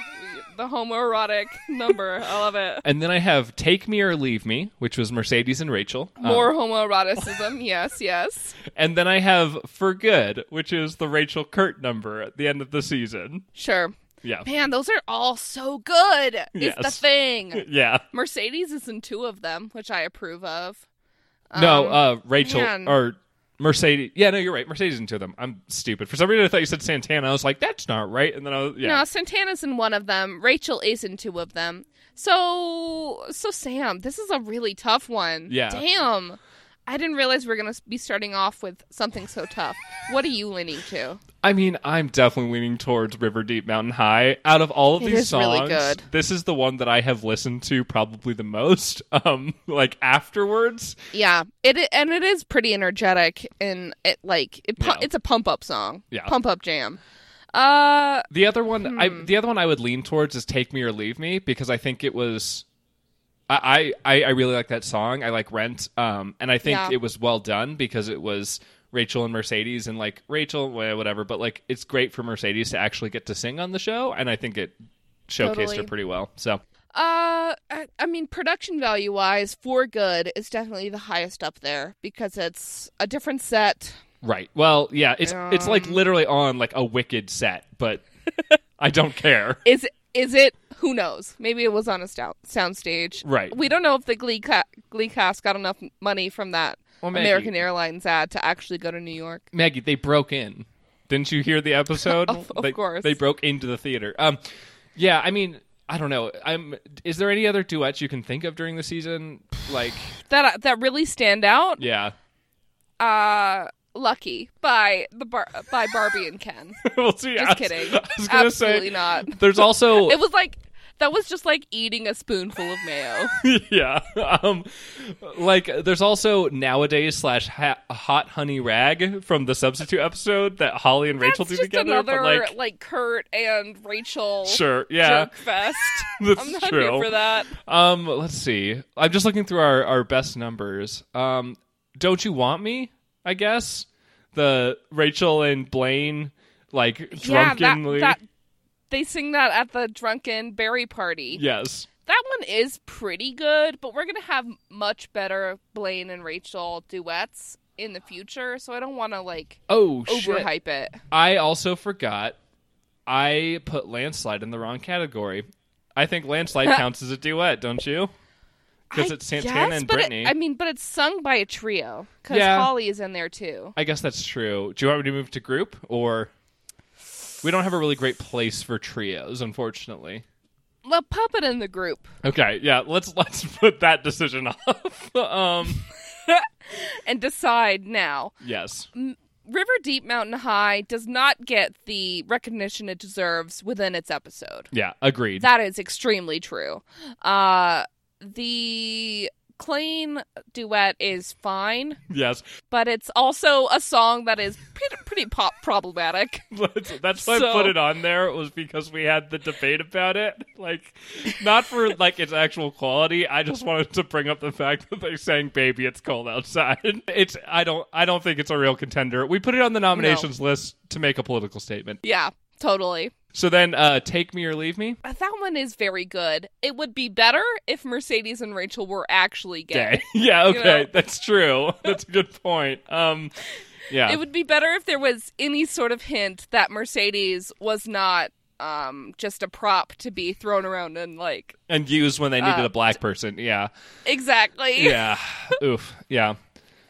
B: the homoerotic number. I love it.
A: And then I have Take Me or Leave Me, which was Mercedes and Rachel. Um,
B: More homoeroticism. yes, yes.
A: and then I have For Good, which is the Rachel Kurt number at the end of the season.
B: Sure.
A: Yeah.
B: Man, those are all so good. Is the
A: Yes.
B: thing.
A: Yeah.
B: Mercedes is in two of them, which I approve of.
A: No, uh, Rachel
B: Um, man.
A: or Mercedes. Yeah, no, you're right. Mercedes into them. I'm stupid. For some reason, I thought you said Santana. I was like, that's not right. And then I was, yeah.
B: No, Santana's in one of them. Rachel is in two of them. So, so Sam, this is a really tough one.
A: Yeah.
B: Damn. I didn't realize we were going to be starting off with something so tough. What are you leaning to?
A: I mean, I'm definitely leaning towards River Deep Mountain High. Out of all of
B: It
A: these
B: is really
A: songs,
B: good.
A: this is the one that I have listened to probably the most. Um, like afterwards.
B: Yeah. It i- and it is pretty energetic and it like it pu-
A: Yeah.
B: it's a pump up song.
A: Yeah.
B: Pump up jam. Uh
A: The other one, I the other one I would lean towards is "Take Me or Leave Me" because I think it was, I I, I really like that song. I like Rent, um, and I think
B: Yeah.
A: it was well done because it was Rachel and Mercedes, and like Rachel, wha- whatever. But like, it's great for Mercedes to actually get to sing on the show, and I think it showcased
B: Totally.
A: her pretty well. So
B: Uh, I, I mean, production value wise, for good is definitely the highest up there because it's a different set.
A: right, well, yeah, it's it's like
B: Um.
A: literally on like a Wicked set, but I don't care.
B: Is is it? Who knows? Maybe it was on a sound soundstage.
A: Right.
B: We don't know if the Glee ca- Glee cast got enough money from that
A: Well, maybe.
B: American Airlines ad to actually go to New York.
A: Maggie, they broke in. Didn't you hear the episode?
B: Of- of
A: they,
B: course.
A: They broke into the theater. Um, yeah, I mean, I don't know. I'm. Is there any other duets you can think of during the season? Like,
B: That that really stand out.
A: yeah.
B: Uh, Lucky by the bar- by Barbie and Ken.
A: we'll see. I
B: Just
A: was-
B: kidding.
A: I was gonna
B: Absolutely
A: say.
B: not.
A: There's also
B: It was like that was just like eating a spoonful of mayo.
A: yeah, um, like there's also nowadays slash ha- hot honey rag from the substitute episode that Holly and Rachel
B: That's
A: do
B: just
A: together.
B: Another
A: but like,
B: Kurt and Rachel
A: sure, yeah,
B: jerk fest.
A: that's
B: I'm not
A: true.
B: here for that.
A: Um, let's see. I'm just looking through our, our best numbers. Um, don't you want me? I guess the Rachel and Blaine like drunkenly.
B: Yeah, that, that they sing that at the drunken berry party.
A: yes,
B: That one is pretty good, but we're gonna have much better Blaine and Rachel duets in the future, so I don't want to like
A: Oh shit!
B: overhype it.
A: I also forgot. I put landslide in the wrong category. I think landslide counts as a duet, don't you? Because
B: I
A: it's Santana
B: guess,
A: and
B: but it-
A: Brittany.
B: I mean, but it's sung by a trio because
A: Yeah.
B: Holly is in there too.
A: I guess that's true. Do you want me to move to group or? We don't have a really great place for trios, unfortunately.
B: The puppet in the group.
A: Okay, yeah, let's let's put that decision off. um,
B: and decide now.
A: yes,
B: River Deep Mountain High does not get the recognition it deserves within its episode.
A: yeah, agreed.
B: That is extremely true. Uh, the Klein duet is fine,
A: yes,
B: but it's also a song that is pretty, pretty pop problematic.
A: that's, that's why
B: So-
A: I put it on there was because we had the debate about it. Like, not for like its actual quality. I just wanted to bring up the fact that they sang "Baby, It's Cold Outside." It's I don't I don't think it's a real contender. We put it on the nominations list to make a political statement.
B: Yeah, totally.
A: So then, uh, take me or leave me.
B: Uh, That one is very good. It would be better if Mercedes and Rachel were actually gay.
A: Okay, yeah, okay,
B: know.
A: that's true. That's a good point. Um, yeah,
B: It would be better if there was any sort of hint that Mercedes was not um, just a prop to be thrown around and like
A: and used when they
B: Uh,
A: needed a black person. Yeah,
B: exactly.
A: yeah. Oof. Yeah.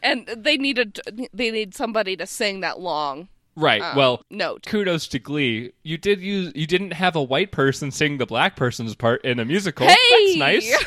B: And they needed they need somebody to sing that long um,
A: Right.
B: Uh.
A: well,
B: note.
A: kudos to Glee. You did use. You didn't have a white person sing the black person's part in a musical.
B: Hey!
A: That's nice.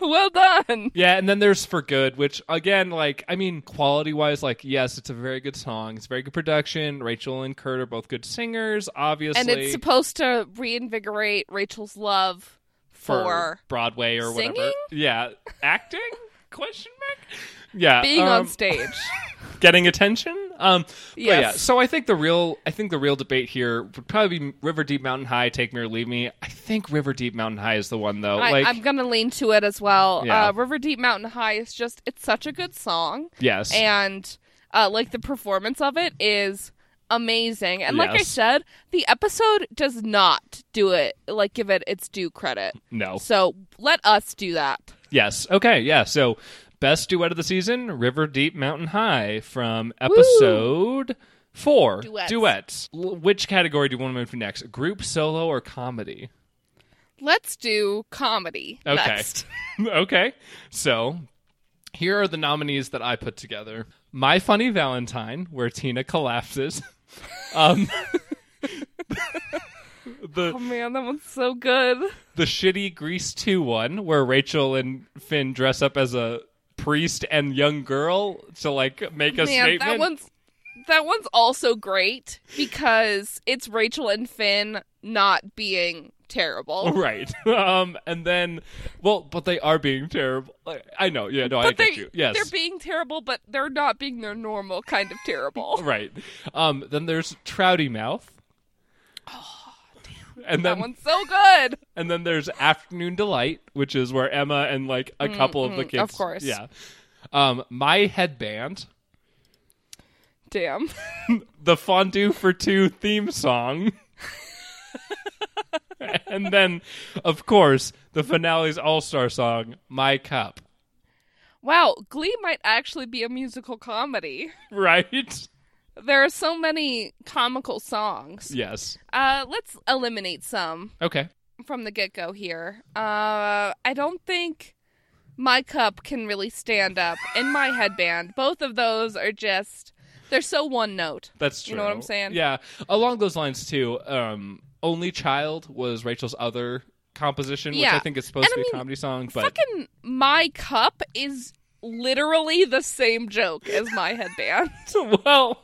B: well done.
A: Yeah, and then there's For Good, which again, like, I mean, quality wise, like, yes, it's a very good song. It's very good production. Rachel and Kurt are both good singers, obviously.
B: And it's supposed to reinvigorate Rachel's love for,
A: Broadway or whatever.
B: singing?
A: Yeah, acting? Question mark. Yeah,
B: being
A: um,
B: on stage.
A: getting attention. Um, but
B: Yes.
A: yeah. So I think the real, I think the real debate here would probably be River Deep Mountain High, Take Me or Leave Me. I think River Deep Mountain High is the one though. like
B: I, I'm gonna lean to it as well.
A: Yeah.
B: Uh, River Deep Mountain High is just it's such a good song.
A: yes,
B: and uh, like the performance of it is amazing. And like I
A: Yes.
B: said, the episode does not do it like give it its due credit.
A: No.
B: So let us do that.
A: Yes. Okay. Yeah. So, best duet of the season, River Deep Mountain High from episode four.
B: Duets.
A: L- which category do you want to move to next? Group, solo, or comedy?
B: Let's do comedy
A: Okay.
B: next.
A: okay. So, here are the nominees that I put together My Funny Valentine, where Tina collapses. um, the
B: Oh man, that one's so good.
A: the shitty Grease 2 one where Rachel and Finn dress up as a priest and young girl to like make a
B: Man,
A: statement.
B: that one's that one's also great because it's Rachel and Finn not being terrible.
A: Right. Um and then well, but they are being terrible. Like, I know. Yeah, no, I
B: But
A: get
B: they
A: you. Yes.
B: they're being terrible, but they're not being their normal kind of terrible.
A: right. Um then there's Trouty Mouth. And
B: Oh, that
A: then
B: one's so good.
A: and then there's Afternoon Delight, which is where Emma and like a couple of the kids
B: Mm-hmm. of course.
A: Yeah. Um My Headband,
B: Damn.
A: the Fondue for Two theme song. and then, of course, the finale's all star song, My Cup.
B: Wow, Glee might actually be a musical comedy.
A: Right?
B: There are so many comical songs.
A: Yes.
B: Uh, let's eliminate some
A: Okay.
B: from the get go here. Uh, I don't think My Cup can really stand up in my headband. Both of those are just, they're so one note.
A: That's true.
B: You know what I'm saying?
A: Yeah. Along those lines, too, um, Only Child was Rachel's other composition, which
B: Yeah.
A: I think is supposed
B: And
A: to be
B: I
A: a
B: mean,
A: comedy song, but
B: Fucking My Cup is literally the same joke as My Headband.
A: well,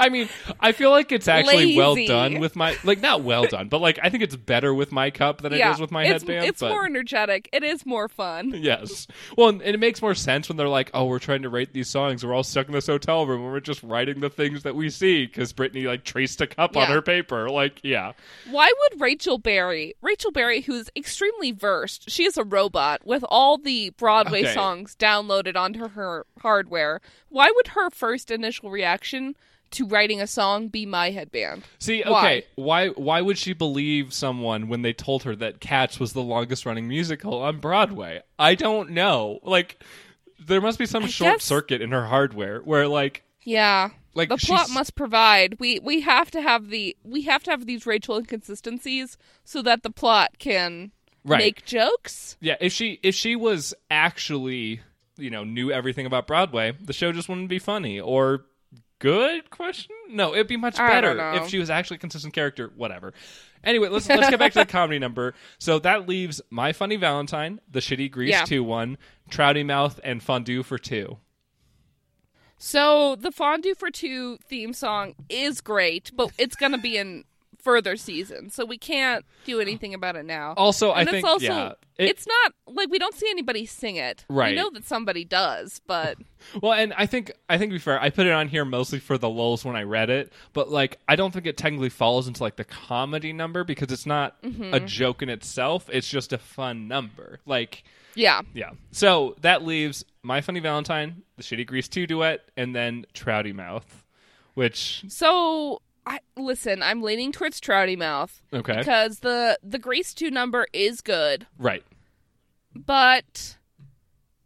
A: I mean, I feel like it's actually well
B: Lazy.
A: done with my like not well done, but like I think it's better with my cup than it is with my
B: it's,
A: headband.
B: It's
A: but...
B: more energetic, it is more fun.
A: Yes. Well, and and it makes more sense when they're like, "Oh, we're trying to rate these songs. We're all stuck in this hotel room. and We're just writing the things that we see because Brittany like traced a cup on
B: Yeah.
A: her paper. Like, yeah,
B: Why would Rachel Berry, Rachel Berry, who's extremely versed, she is a robot with all the Broadway
A: Okay.
B: songs downloaded onto her hardware, why would her first initial reaction to writing a song be my headband?
A: See,
B: Why?
A: okay, why? why would she believe someone when they told her that Cats was the longest running musical on Broadway? I don't know. Like, there must be some short
B: guess-
A: circuit in her hardware where like
B: Yeah.
A: Like,
B: the plot
A: she's-
B: must provide. We we have to have the we have to have these Rachel inconsistencies so that the plot can
A: Right.
B: make jokes.
A: yeah, if she if she was actually you know knew everything about Broadway, the show just wouldn't be funny or good question. No, it'd be much
B: I don't
A: better
B: know.
A: if she was actually a consistent character. Whatever. Anyway, let's let's get back to the comedy number. So that leaves My Funny Valentine, The Shitty Grease
B: Yeah.
A: two one, Trouty Mouth, and Fondue for two.
B: So the Fondue for Two theme song is great, but it's going to be in further seasons, so we can't do anything about it now.
A: Also,
B: and
A: I
B: it's
A: think
B: also
A: yeah, it-
B: it's not like we don't see anybody sing it.
A: Right.
B: We know that somebody does, but
A: well, and I think I think to be fair, I put it on here mostly for the lulls when I read it, but like I don't think it technically falls into like the comedy number because it's not a joke in itself. It's just a fun number. Like
B: yeah.
A: yeah, so that leaves My Funny Valentine, the Shitty Grease two duet, and then Trouty Mouth, which
B: So I listen, I'm leaning towards Trouty Mouth
A: okay,
B: because the the Grease 2 number is good,
A: right,
B: but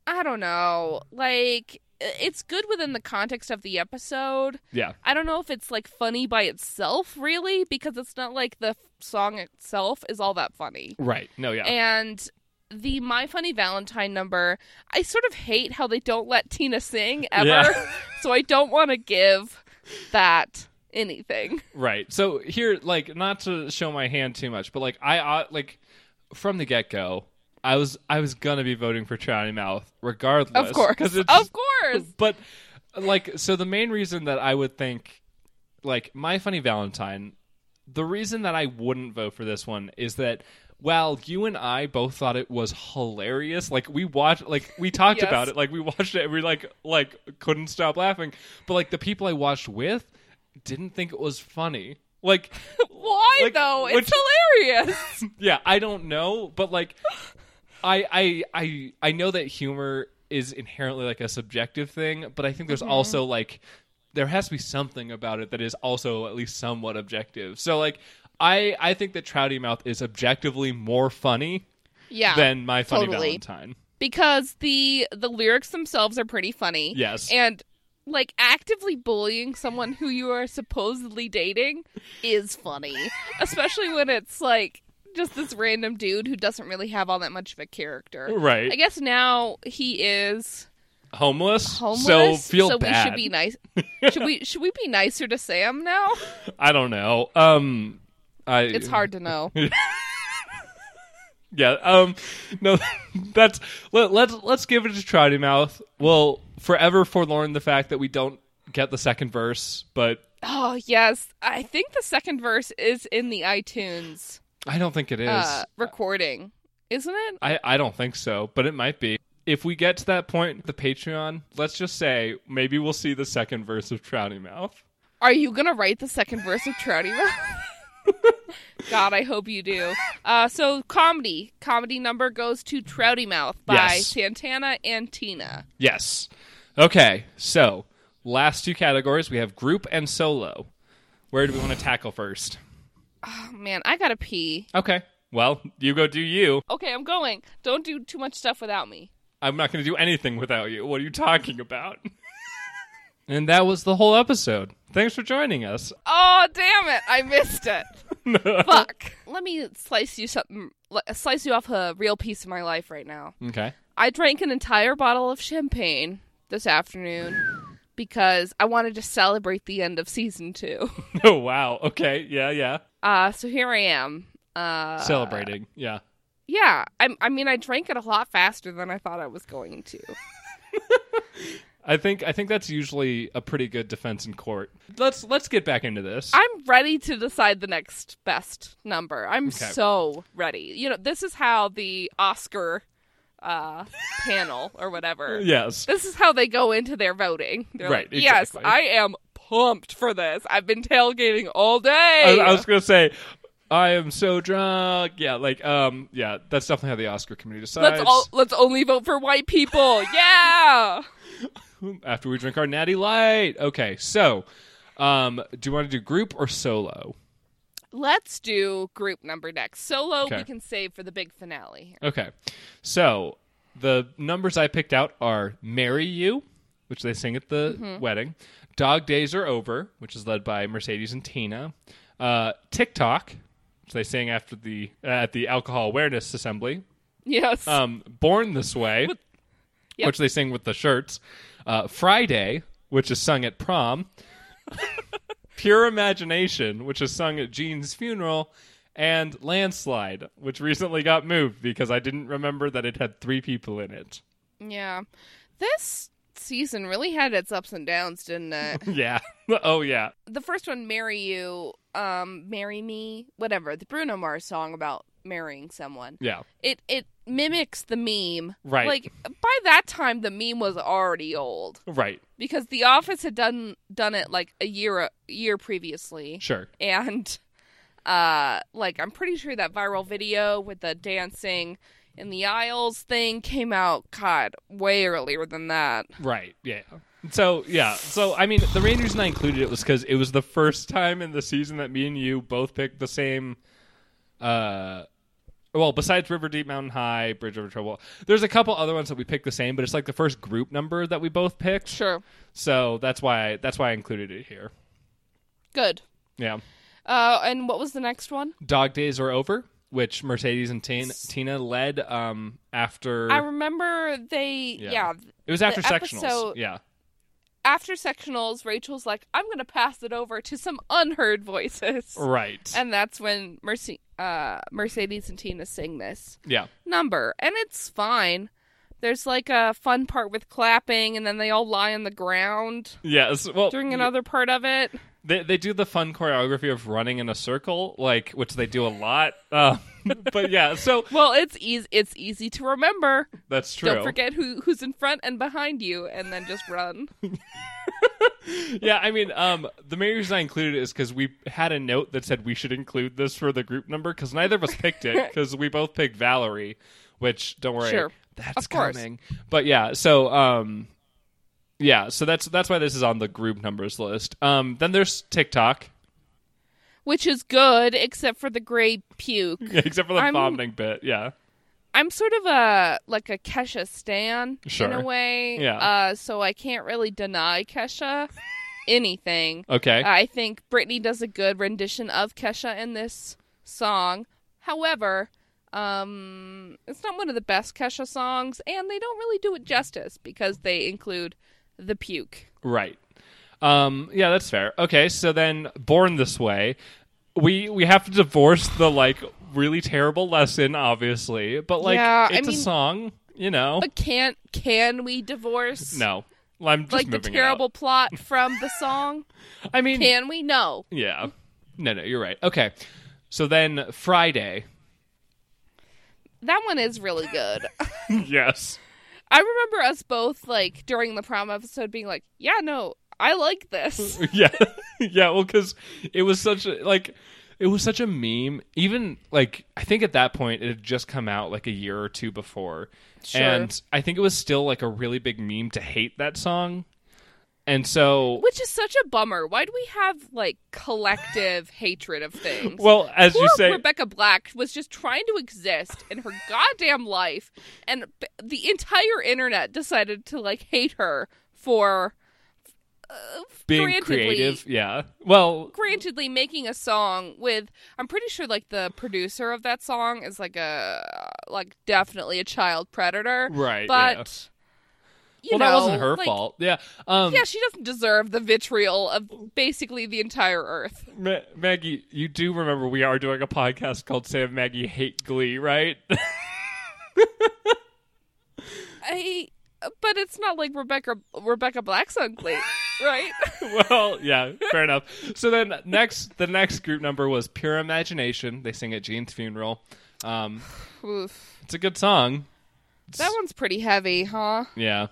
B: I don't know. Like it's good within the context of the episode.
A: yeah,
B: I don't know if it's like funny by itself, really, because it's not like the f- song itself is all that funny.
A: right, no, yeah,
B: And the My Funny Valentine number, I sort of hate how they don't let Tina sing ever.
A: Yeah.
B: so I don't want to give that anything.
A: Right. So here, like, not to show my hand too much, but like, I uh, like from the get go, I was I was gonna be voting for Trouty Mouth regardless,
B: Of course.
A: 'cause it's-
B: Of course.
A: But like, so the main reason that I would think, like, My Funny Valentine, the reason that I wouldn't vote for this one is that. While you and I both thought it was hilarious, like we watched, like we talked
B: Yes.
A: about it, like we watched it, and we like like couldn't stop laughing. But like the people I watched with didn't think it was funny. Like
B: Why
A: Like,
B: though? It's
A: which-
B: hilarious.
A: yeah i don't know but like i i i
B: Mm-hmm.
A: i know that humor is inherently like a subjective thing but i think there's also like there has to be something about it that is also at least somewhat objective. So like I I think that Trouty Mouth is objectively more funny
B: Yeah.
A: than My Funny
B: totally.
A: Valentine.
B: because the the lyrics themselves are pretty funny.
A: Yes.
B: And like actively bullying someone who you are supposedly dating is funny, especially when it's like just this random dude who doesn't really have all that much of a character.
A: Right.
B: I guess now he is
A: homeless.
B: homeless,
A: So feel
B: we
A: bad.
B: should be nice. should we should we be nicer to Sam now?
A: I don't know. Um I
B: It's hard to know.
A: Yeah. Um. No. That's let, let's let's give it to Trouty Mouth. We'll forever forlorn the fact that we don't get the second verse, but
B: Oh yes, I think the second verse is in the iTunes
A: I don't think it is.
B: uh, recording, isn't it?
A: I I don't think so, but it might be. If we get to that point, the Patreon. Let's just say maybe we'll see the second verse of Trouty Mouth.
B: Are you gonna write the second verse of Trouty Mouth? God, I hope you do. Uh, so comedy, comedy number goes to Trouty Mouth by
A: Yes.
B: Santana and Tina.
A: Yes. Okay. So last two categories we have group and solo. Where do we want to tackle first?
B: Oh, man, I gotta pee.
A: Okay. Well, you go do you.
B: Okay, I'm going. Don't do too much stuff without me.
A: I'm not going to do anything without you. What are you talking about? and that was the whole episode. Thanks for joining us.
B: Oh damn it! I missed it. Fuck. Let me slice you something. li- Slice you off a real piece of my life right now.
A: Okay.
B: I drank an entire bottle of champagne this afternoon because I wanted to celebrate the end of season two.
A: Oh, wow. Okay. Yeah, yeah.
B: Uh, so here I am. Uh,
A: Celebrating. Yeah.
B: Yeah, I, I mean, I drank it a lot faster than I thought I was going to.
A: I think I think that's usually a pretty good defense in court. Let's let's get back into this.
B: I'm ready to decide the next best number. I'm
A: Okay.
B: so ready. You know, this is how the Oscar uh, panel or whatever.
A: yes.
B: This is how they go into their voting. They're
A: Right,
B: like,
A: exactly.
B: yes, I am pumped for this. I've been tailgating all day.
A: I, I was going to say uh, I am so drunk. Yeah, like um yeah, that's definitely how the Oscar committee decides.
B: let's all, let's only vote for white people. yeah.
A: After we drink our natty light. Okay. So, um do you want to do group or solo?
B: Let's do group number next. Solo
A: Okay.
B: we can save for the big finale here.
A: Okay. So the numbers I picked out are Marry You, which they sing at the wedding, Dog Days Are Over, which is led by Mercedes and Tina, uh, TikTok, which they sing after the at the Alcohol Awareness Assembly,
B: Yes.
A: um, Born This Way,
B: Yep.
A: which they sing with the shirts, uh, Friday, which is sung at prom, Pure Imagination, which is sung at Jean's funeral, and Landslide, which recently got moved because I didn't remember that it had three people in it.
B: yeah. This season really had its ups and downs, didn't it?
A: Yeah. oh, yeah.
B: the first one, Marry You, um, Marry Me, whatever, the Bruno Mars song about marrying someone.
A: Yeah.
B: It it mimics the meme.
A: Right.
B: Like by that time the meme was already old.
A: Right.
B: Because The Office had done done it like a year a year previously.
A: Sure.
B: and uh like i'm pretty sure that viral video with the dancing in the aisles thing came out god way earlier than that
A: Right. Yeah. So yeah. So I mean, the main reason I included it was because it was the first time in the season that me and you both picked the same. Uh, well, besides River Deep, Mountain High, Bridge Over Trouble, there's a couple other ones that we picked the same, but it's like the first group number that we both picked.
B: sure
A: So that's why that's why I included it here.
B: good
A: Yeah.
B: uh and what was the next one
A: Dog Days are over, which Mercedes and Tina, Tina led um after
B: i remember they
A: Yeah.
B: yeah,
A: it was after
B: the
A: sectionals.
B: episode-
A: Yeah.
B: after sectionals rachel's like i'm gonna pass it over to some unheard voices
A: Right.
B: and that's when mercy uh mercedes and tina sing this
A: yeah.
B: number, and it's fine. There's like a fun part with clapping, and then they all lie on the ground
A: Yes. Well,
B: during
A: yeah.
B: another part of it.
A: They they do the fun choreography of running in a circle, like which they do a lot. Uh, but yeah, so
B: Well, it's easy. It's easy to remember.
A: that's true.
B: Don't forget who who's in front and behind you, and then just run.
A: Yeah, I mean, um, the main reason I included it is because we had a note that said we should include this for the group number because neither of us picked it because we both picked Valerie, which don't worry,
B: Sure.
A: that's
B: Of course.
A: coming. But yeah, so um, yeah, so that's that's why this is on the group numbers list. Um, then there's TikTok,
B: which is good except for the gray puke.
A: except for the
B: I'm-
A: vomiting bit. Yeah,
B: I'm sort of a like a Kesha stan in
A: Sure.
B: a way.
A: Yeah.
B: Uh, so I can't really deny Kesha anything.
A: okay,
B: I think Britney does a good rendition of Kesha in this song. However, um, it's not one of the best Kesha songs, and they don't really do it justice because they include the puke.
A: right. Um, yeah, that's fair. Okay, so then Born This Way, we we have to divorce the like really terrible lesson, obviously, but like
C: Yeah, I
A: it's
C: mean-
A: a song, you know.
B: But can't can we divorce
A: no, I'm just
B: like the
A: moving it
B: terrible plot from the song?
A: out. I mean,
B: Can we? No.
A: yeah, no, no, you're right. Okay, so then Friday,
B: That one is really good.
A: yes.
B: I remember us both like during the prom episode being like, "Yeah, no, I like this."
A: yeah yeah well because it was such a like it was such a meme even like i think at that point it had just come out like a year or two before
B: Sure.
A: and i think it was still like a really big meme to hate that song and so
B: Which is such a bummer. Why do we have like collective hatred of things?
A: well as
B: Poor
A: you say
B: Rebecca Black was just trying to exist in her goddamn life, and b- the entire internet decided to like hate her for uh,
A: being
B: grantedly-
A: creative yeah well
B: Grantedly, making a song with I'm pretty sure like the producer of that song is like a like definitely a child predator,
A: right yeah.
B: but
A: well
B: you
A: that
B: know,
A: wasn't her
B: like,
A: fault yeah um
B: Yeah, she doesn't deserve the vitriol of basically the entire earth.
A: Ma- maggie you do remember we are doing a podcast called sam maggie hate glee right
B: I, but it's not like Rebecca Rebecca Black's ugly, right?
A: well, yeah, fair enough. So then next the next group number was Pure Imagination. They sing at Jean's funeral. Um,
B: Oof.
A: it's a good song.
B: That one's pretty heavy, huh?
A: Yeah.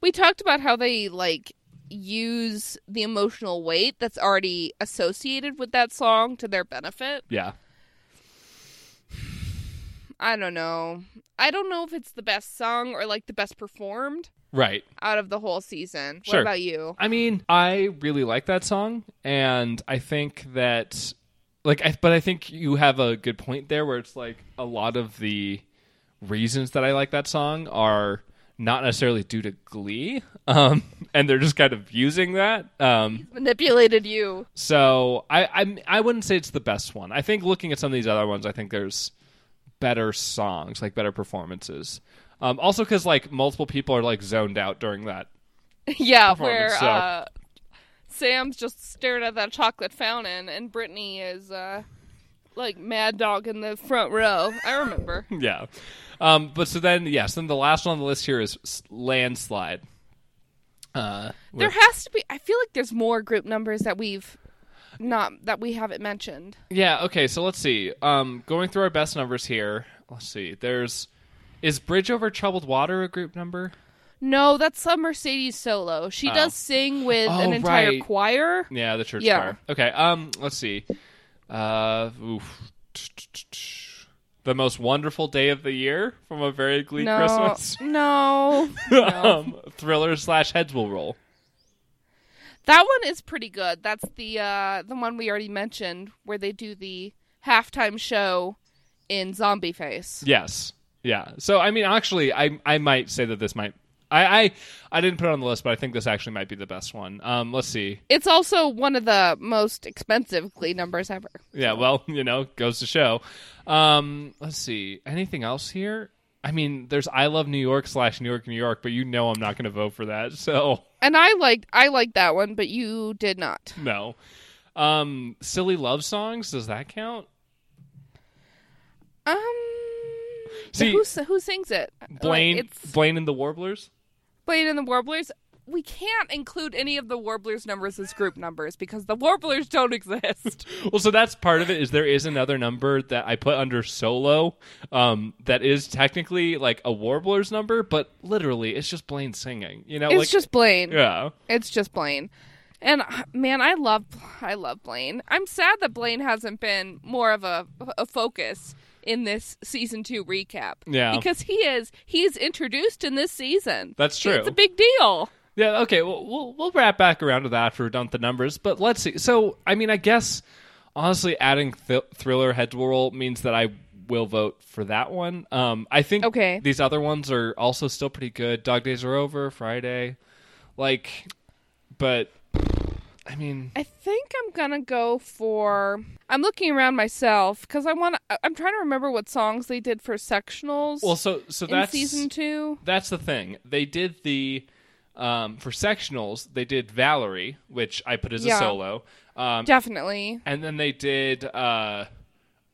B: We talked about how they like use the emotional weight that's already associated with that song to their benefit.
A: Yeah.
B: I don't know. I don't know if it's the best song or like the best performed
A: Right.
B: out of the whole season.
A: Sure.
B: What about you?
A: I mean, I really like that song and I think that like I but I think you have a good point there where it's like a lot of the reasons that I like that song are not necessarily due to glee. Um and they're just kind of using that. Um
B: Manipulated you.
A: So I I'm, I wouldn't say it's the best one. I think looking at some of these other ones, I think there's better songs, like better performances. Um, also, because like multiple people are like zoned out during that.
B: Yeah,
A: performance,
B: where
A: so.
B: uh, Sam's just staring at that chocolate fountain, and Brittany is uh, like mad dog in the front row. I remember.
A: Yeah. Um, but so then yes, then the last one on the list here is S- landslide. Uh,
B: there
A: with-
B: has to be. I feel like there's more group numbers that we've not that we haven't mentioned.
A: yeah. Okay. So let's see. Um, going through our best numbers here. Let's see. There's is bridge over troubled water a group number?
B: No, that's a Mercedes solo. She
A: Oh.
B: does sing with
A: Oh,
B: an entire
A: right.
B: choir.
A: Yeah, the church
B: Yeah.
A: choir. Okay. Um, let's see. Uh, oof. The most wonderful day of the year from a very glee
B: No,
A: Christmas.
B: no,
A: um, thriller slash heads will roll.
B: that one is pretty good. That's the uh, the one we already mentioned, where they do the halftime show in Zombie Face.
A: Yes. Yeah. So I mean, actually, I I might say that this might. I, I I didn't put it on the list, but I think this actually might be the best one. Um, let's see.
B: It's also one of the most expensive Glee numbers ever.
A: Yeah, well, you know, goes to show. Um, let's see. Anything else here? I mean, there's I love New York slash New York New York, but you know I'm not going to vote for that. So
B: And I liked I liked that one, but you did not.
A: no. Um, silly love songs. Does that count?
B: Um
A: See-
B: who s- who sings it? Like,
A: Blaine,
B: it's
A: Blaine and the Warblers.
B: Blaine and the Warblers. We can't include any of the Warblers numbers as group numbers because the Warblers don't exist.
A: Well, so that's part of it. Is there is another number that I put under solo, um, that is technically like a Warblers number, but literally it's just Blaine singing. You know,
B: It's
A: like
B: just Blaine.
A: yeah,
B: It's just Blaine. And uh, man, I love I love Blaine. I'm sad that Blaine hasn't been more of a, a focus in this season 2 recap.
A: yeah.
B: because he is he is introduced in this season.
A: That's true.
B: It's a big deal.
A: Yeah, okay. Well, we'll we'll wrap back around to that after we're done with the numbers. But let's see. So, I mean, I guess honestly, adding th- thriller head to roll means that I will vote for that one. Um, I think
B: Okay.
A: these other ones are also still pretty good. Dog Days Are Over, Friday, like, but I mean,
B: I think I'm gonna go for. I'm looking around myself because I want. to I'm trying to remember what songs they did for sectionals
A: well, so so
B: in
A: that's
B: season two.
A: that's the thing. They did the um, for sectionals. They did Valerie, which I put as
B: Yeah.
A: a solo. Um,
B: Definitely.
A: And then they did uh,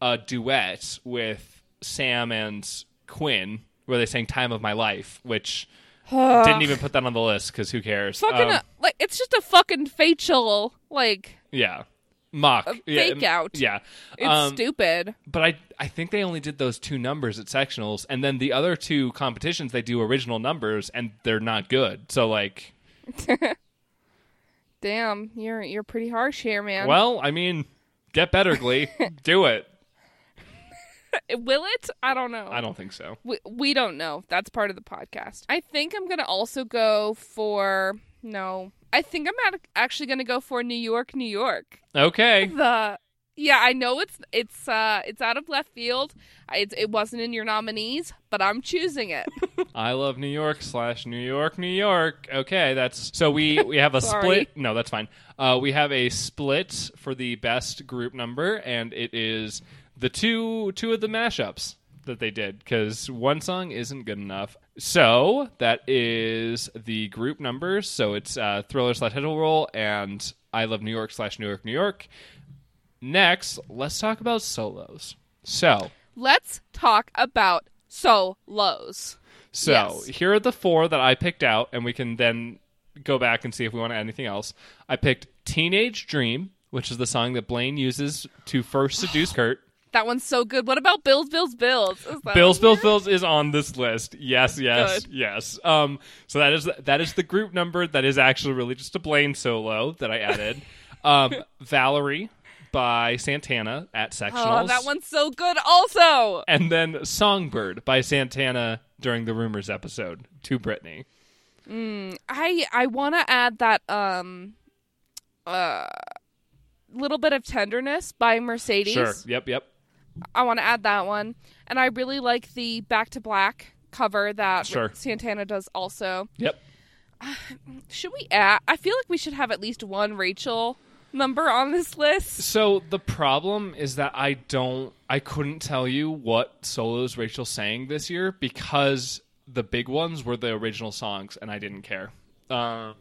A: a duet with Sam and Quinn, where they sang "Time of My Life," which didn't even put that on the list because who cares?
B: Fucking
A: Um,
B: uh, like it's just a fucking facial. Like
A: yeah, mock yeah,
B: fake
A: um,
B: out.
A: Yeah,
B: it's
A: Um,
B: stupid.
A: but I I think they only did those two numbers at sectionals, and then the other two competitions they do original numbers, and they're not good. So like,
B: Damn, you're you're pretty harsh here, man.
A: well, I mean, get better, Glee, do it.
B: Uh, Will it? I don't know.
A: I don't think so.
B: we, we don't know. That's part of the podcast. I think I'm going to also go for no. I think I'm act- actually going to go for New York, New York.
A: Okay,
B: The yeah, I know it's it's uh it's out of left field. I, it, it wasn't in your nominees, but I'm choosing it.
A: I love New York slash New York, New York. Okay, that's so we we have a
B: Sorry.
A: split. No, that's fine. Uh, we have a split for the best group number, and it is the two two of the mashups that they did because one song isn't good enough. So that is the group numbers. So it's uh, Thriller slash Head Roll and I Love New York slash New York, New York. Next, let's talk about solos. So
B: Let's talk about solos.
A: So
B: Yes.
A: here are the four that I picked out, and we can then go back and see if we want to add anything else. I picked Teenage Dream, which is the song that Blaine uses to first seduce Kurt.
B: That one's so good. What about Bills, Bills, Bills? Is that-
A: Bills, Bills, Bills is on this list. Yes, yes, yes. Um, so that is that is the group number that is actually really just a Blaine solo that I added. um, Valerie by Santana at sectionals.
B: Oh, that one's so good. Also,
A: And then Songbird by Santana during the Rumors episode to Brittany.
B: I I want to add that um uh little bit of tenderness by Mercedes.
A: Sure. Yep. Yep.
B: I want to add that one. And I really like the Back to Black cover that
A: Sure.
B: Santana does also.
A: Yep.
B: Should we add I feel like we should have at least one Rachel number on this list.
A: So the problem is that I don't, I couldn't tell you what solos Rachel sang this year because the big ones were the original songs, and I didn't care. Uh,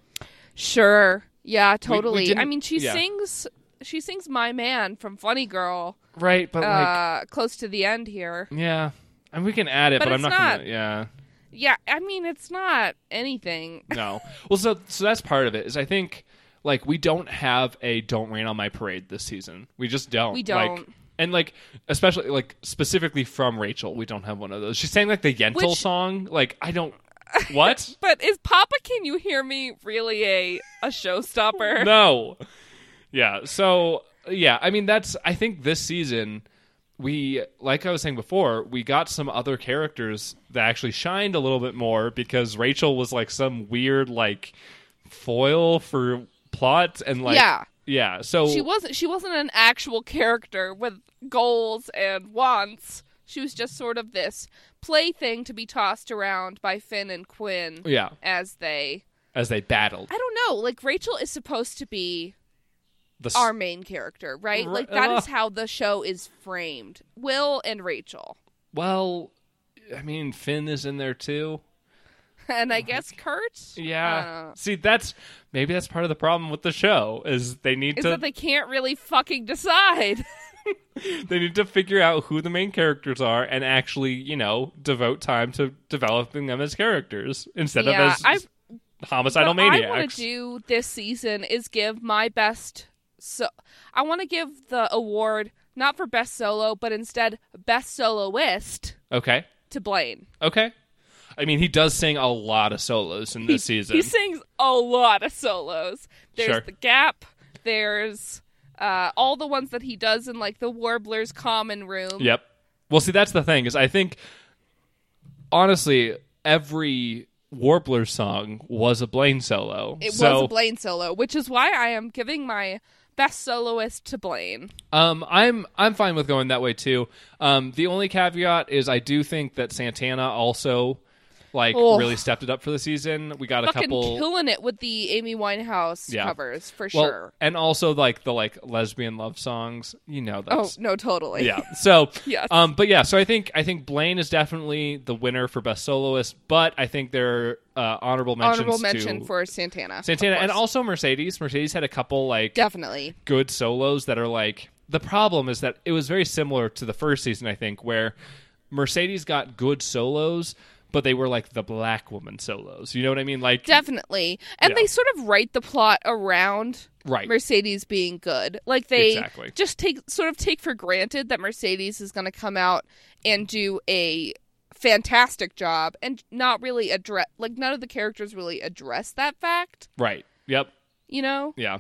B: Sure. Yeah, totally. I
A: didn't-
B: mean, she
A: yeah.
B: sings she sings My Man from Funny Girl
A: right, but like,
B: uh close to the end here.
A: yeah, and we can add it, but,
B: but
A: I'm not,
B: it's
A: gonna,
B: not.
A: yeah,
B: Yeah, I mean, it's not anything.
A: no. well, so so that's part of it is I think like we don't have a "Don't Rain on My Parade" this season. We just don't.
B: We
A: Like,
B: don't.
A: and like especially like specifically from Rachel, we don't have one of those. She sang like the Yentl
B: Which-
A: song. Like I don't. What?
B: But is Papa Can You Hear Me really a a showstopper?
A: no. Yeah. So yeah, I mean that's I think this season we like I was saying before, we got some other characters that actually shined a little bit more because Rachel was like some weird like foil for plot and like oh.
B: Yeah.
A: Yeah. So
B: She wasn't she wasn't an actual character with goals and wants. She was just sort of this plaything to be tossed around by Finn and Quinn
A: Oh, yeah,
B: as they
A: as they battled.
B: I don't know, like Rachel is supposed to be
A: The s-
B: our main character, right?
A: Ri-
B: Like that
A: uh.
B: is how the show is framed. Will and Rachel.
A: well, I mean Finn is in there too.
B: And I guess Kurt?
A: Oh Yeah.
B: Uh,
A: See, that's maybe that's part of the problem with the show is they need
B: is
A: to
B: that they can't really fucking decide.
A: they need to figure out who the main characters are and actually, you know, devote time to developing them as characters instead
B: Yeah,
A: of
B: I-
A: as homicidal
B: what I want
A: maniacs.
B: to do this season is give my best. So I want to give the award not for best solo, but instead best soloist
A: okay.
B: to Blaine.
A: Okay. I mean, he does sing a lot of solos in this season.
B: He sings a lot of solos. There's
A: Sure.
B: the gap. There's uh, all the ones that he does in like the Warbler's common room.
A: Yep. Well, see, that's the thing is I think honestly every Warbler song was a Blaine solo.
B: It
A: so,
B: was a Blaine solo, which is why I am giving my best soloist to Blaine.
A: Um, I'm I'm fine with going that way too. Um, the only caveat is I do think that Santana also like
B: Ugh.
A: really stepped it up for the season. We got a
B: Fucking
A: couple
B: killing it with the Amy Winehouse
A: Yeah.
B: covers for
A: well,
B: sure.
A: and also like the like lesbian love songs. You know
B: Oh
A: that's
B: no, totally.
A: yeah. So
B: Yes.
A: um, but yeah, so I think I think Blaine is definitely the winner for best soloist, but I think there are uh, honorable mentions
B: Honorable
A: to
B: mention for Santana.
A: Santana
B: of
A: and
B: course.
A: also Mercedes. Mercedes had a couple like
B: definitely.
A: good solos that are like the problem is that it was very similar to the first season I think where Mercedes got good solos but they were like the black woman solos. You know what I mean? Like
B: Definitely. And
A: Yeah.
B: they sort of write the plot around
A: right.
B: Mercedes being good. Like they
A: Exactly.
B: just take sort of take for granted that Mercedes is going to come out and do a fantastic job and not really address like none of the characters really address that fact,
A: right. Yep.
B: you know?
A: Yeah.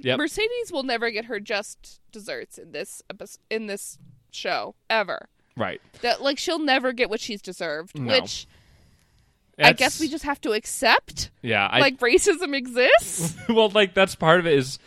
A: Yep.
B: Mercedes will never get her just desserts in this epis in this show ever.
A: Right.
B: That like she'll never get what she's deserved,
A: No.
B: which I
A: That's-
B: guess we just have to accept
A: Yeah, I
B: like racism exists.
A: well like that's part of it is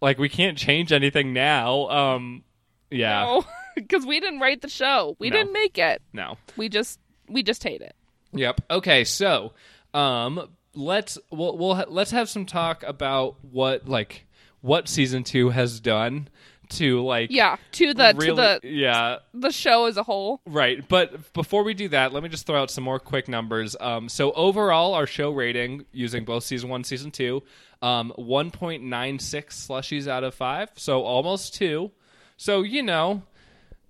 A: like we can't change anything now. Um yeah.
B: because Oh, we didn't write the show. We
A: No.
B: didn't make it.
A: no.
B: We just we just hate it.
A: Yep. Okay. So, um, let's we'll, we'll ha- let's have some talk about what like what season two has done to like
B: Yeah, to the
A: really
B: to the
A: yeah
B: the show as a whole.
A: right. But before we do that, let me just throw out some more quick numbers. Um, so overall, our show rating using both season one, season two, um, one point nine six slushies out of five. So almost two. So you know,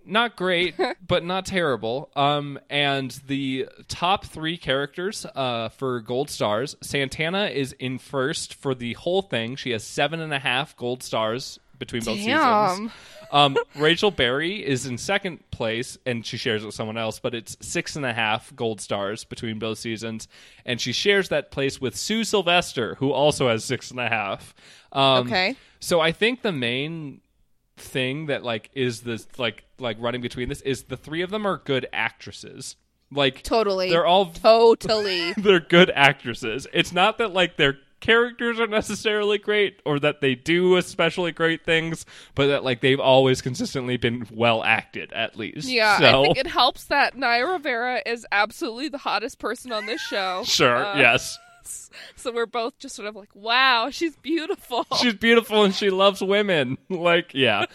A: not great, but not terrible. Um, and the top three characters uh, for gold stars, Santana is in first for the whole thing. She has seven and a half gold stars between both
B: Damn.
A: seasons. Um, Rachel Berry is in second place, and she shares it with someone else, but it's six and a half gold stars between both seasons, and she shares that place with Sue Sylvester, who also has six and a half. Um,
B: Okay.
A: So I think the main thing that like is this like like running between this is the three of them are good actresses. Like
B: Totally.
A: they're all
B: totally.
A: they're good actresses. It's not that like their characters are necessarily great or that they do especially great things, but that like they've always consistently been well acted at least.
B: Yeah,
A: So
B: I think it helps that Naya Rivera is absolutely the hottest person on this show.
A: sure,
B: Uh,
A: yes.
B: So we're both just sort of like, wow, she's beautiful.
A: She's beautiful and she loves women. Like, yeah.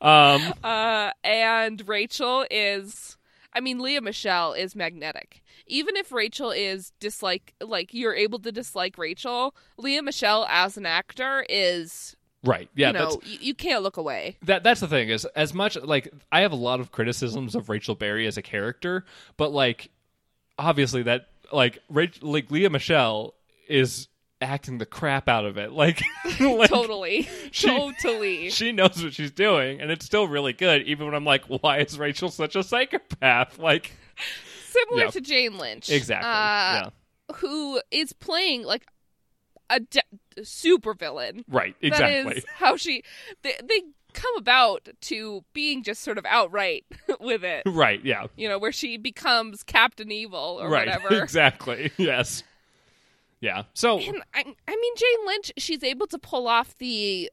A: Um
B: Uh, and Rachel is, I mean, Leah Michelle is magnetic. Even if Rachel is dislike, like you're able to dislike Rachel, Leah Michelle as an actor is,
A: right. Yeah,
B: you
A: that's
B: know, y- you can't look away.
A: that that's the thing is as much like I have a lot of criticisms of Rachel Berry as a character, but like obviously that like Rachel like Leah Michelle is acting the crap out of it. Like, like
B: Totally,
A: she-
B: totally.
A: she knows what she's doing and it's still really good even when I'm like why is Rachel such a psychopath? Like
B: Similar
A: yeah.
B: to Jane Lynch,
A: exactly.
B: uh,
A: yeah.
B: who is playing like a de- super villain.
A: Right, exactly.
B: That is how she they, they come about to being just sort of outright with it.
A: Right, yeah.
B: you know, where she becomes Captain Evil or
A: right.
B: whatever.
A: Exactly. Yes. Yeah. So
B: And I, I mean, Jane Lynch, she's able to pull off the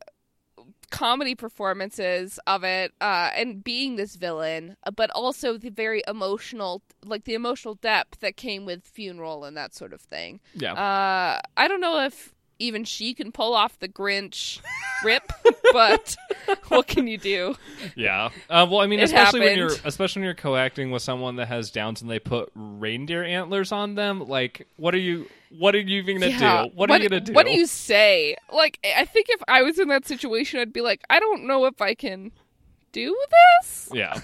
B: comedy performances of it uh, and being this villain, uh, but also the very emotional, like the emotional depth that came with Funeral and that sort of thing.
A: yeah.
B: Uh, I don't know if even she can pull off the Grinch rip, but what can you do?
A: Yeah. Uh, well, I mean,
B: It
A: especially when you're
B: happened.
A: especially when you're co-acting with someone that has Downs and they put reindeer antlers on them. Like, what are you? What are you even gonna
B: Yeah.
A: do? What, are you gonna do?
B: What do you say? Like, I I think if I was in that situation, I'd be like, I don't know if I can do this.
A: Yeah.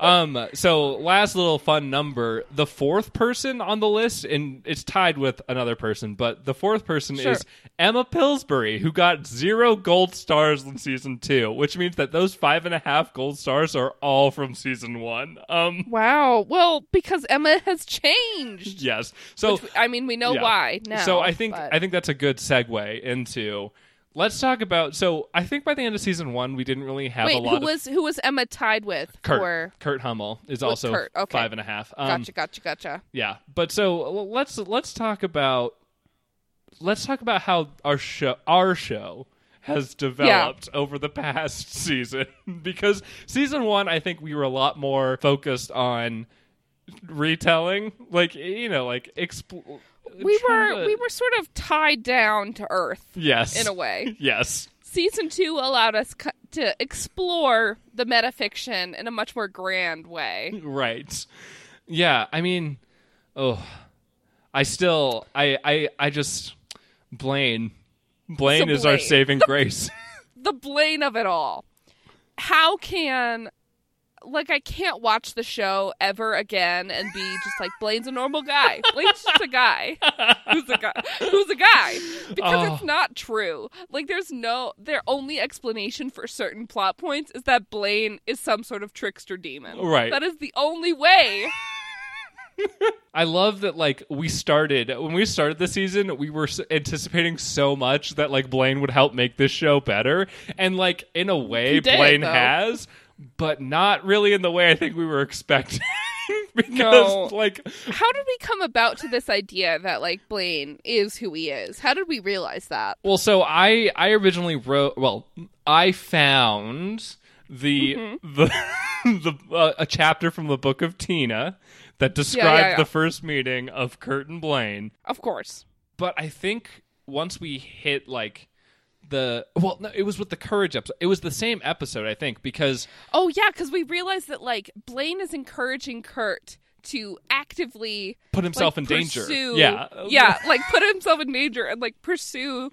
A: Um. So, last little fun number: the fourth person on the list, and it's tied with another person, but the fourth person
B: Sure.
A: is Emma Pillsbury, who got zero gold stars in season two, which means that those five and a half gold stars are all from season one. Um.
B: Wow. Well, because Emma has changed.
A: Yes. So
B: Which, I mean, we know
A: Yeah.
B: why now.
A: So I think
B: but-
A: I think that's a good segue into Let's talk about. So I think by the end of season one, we didn't really have a
B: Wait,
A: lot
B: who
A: of
B: was who was Emma tied with
A: Kurt.
B: for?
A: Kurt Hummel is
B: With
A: also
B: Kurt, okay.
A: five and a half. Um,
B: Gotcha, gotcha, gotcha.
A: Yeah, but so l- let's let's talk about let's talk about how our show our show has developed over the past season because season one I think we were a lot more focused on retelling, like you know, like expl-
B: We
A: trying
B: were
A: to-
B: we were sort of tied down to Earth
A: yes
B: in a way.
A: yes
B: Season two allowed us cu- to explore the metafiction in a much more grand way.
A: right yeah I mean oh I still I I I just Blaine Blaine is our
B: Blaine.
A: saving grace.
B: the blame of it all. How can like I can't watch the show ever again and be just like Blaine's a normal guy. Blaine's just a guy. Who's a guy? Who's a guy? Because it's
A: Oh.
B: not true. Like there's no their only explanation for certain plot points is that Blaine is some sort of trickster demon.
A: Right.
B: That is the only way.
A: I love that like we started when we started the season, we were s- anticipating so much that like Blaine would help make this show better, and like in a way,
B: He did,
A: Blaine
B: though.
A: has, but not really in the way I think we were expecting. because
B: No.
A: like
B: How did we come about to this idea that like Blaine is who he is? How did we realize that?
A: Well, so I I originally wrote. Well, I found the
B: Mm-hmm.
A: the the uh, a chapter from the book of Tina that described
B: yeah.
A: the first meeting of Kurt and Blaine.
B: Of course.
A: but I think once we hit like the well, no, it was with the courage episode. It was the same episode, I think, because
B: Oh yeah, because we realized that like Blaine is encouraging Kurt to actively
A: put himself
B: like,
A: in danger.
B: pursue-
A: Yeah,
B: yeah, like put himself in danger and like pursue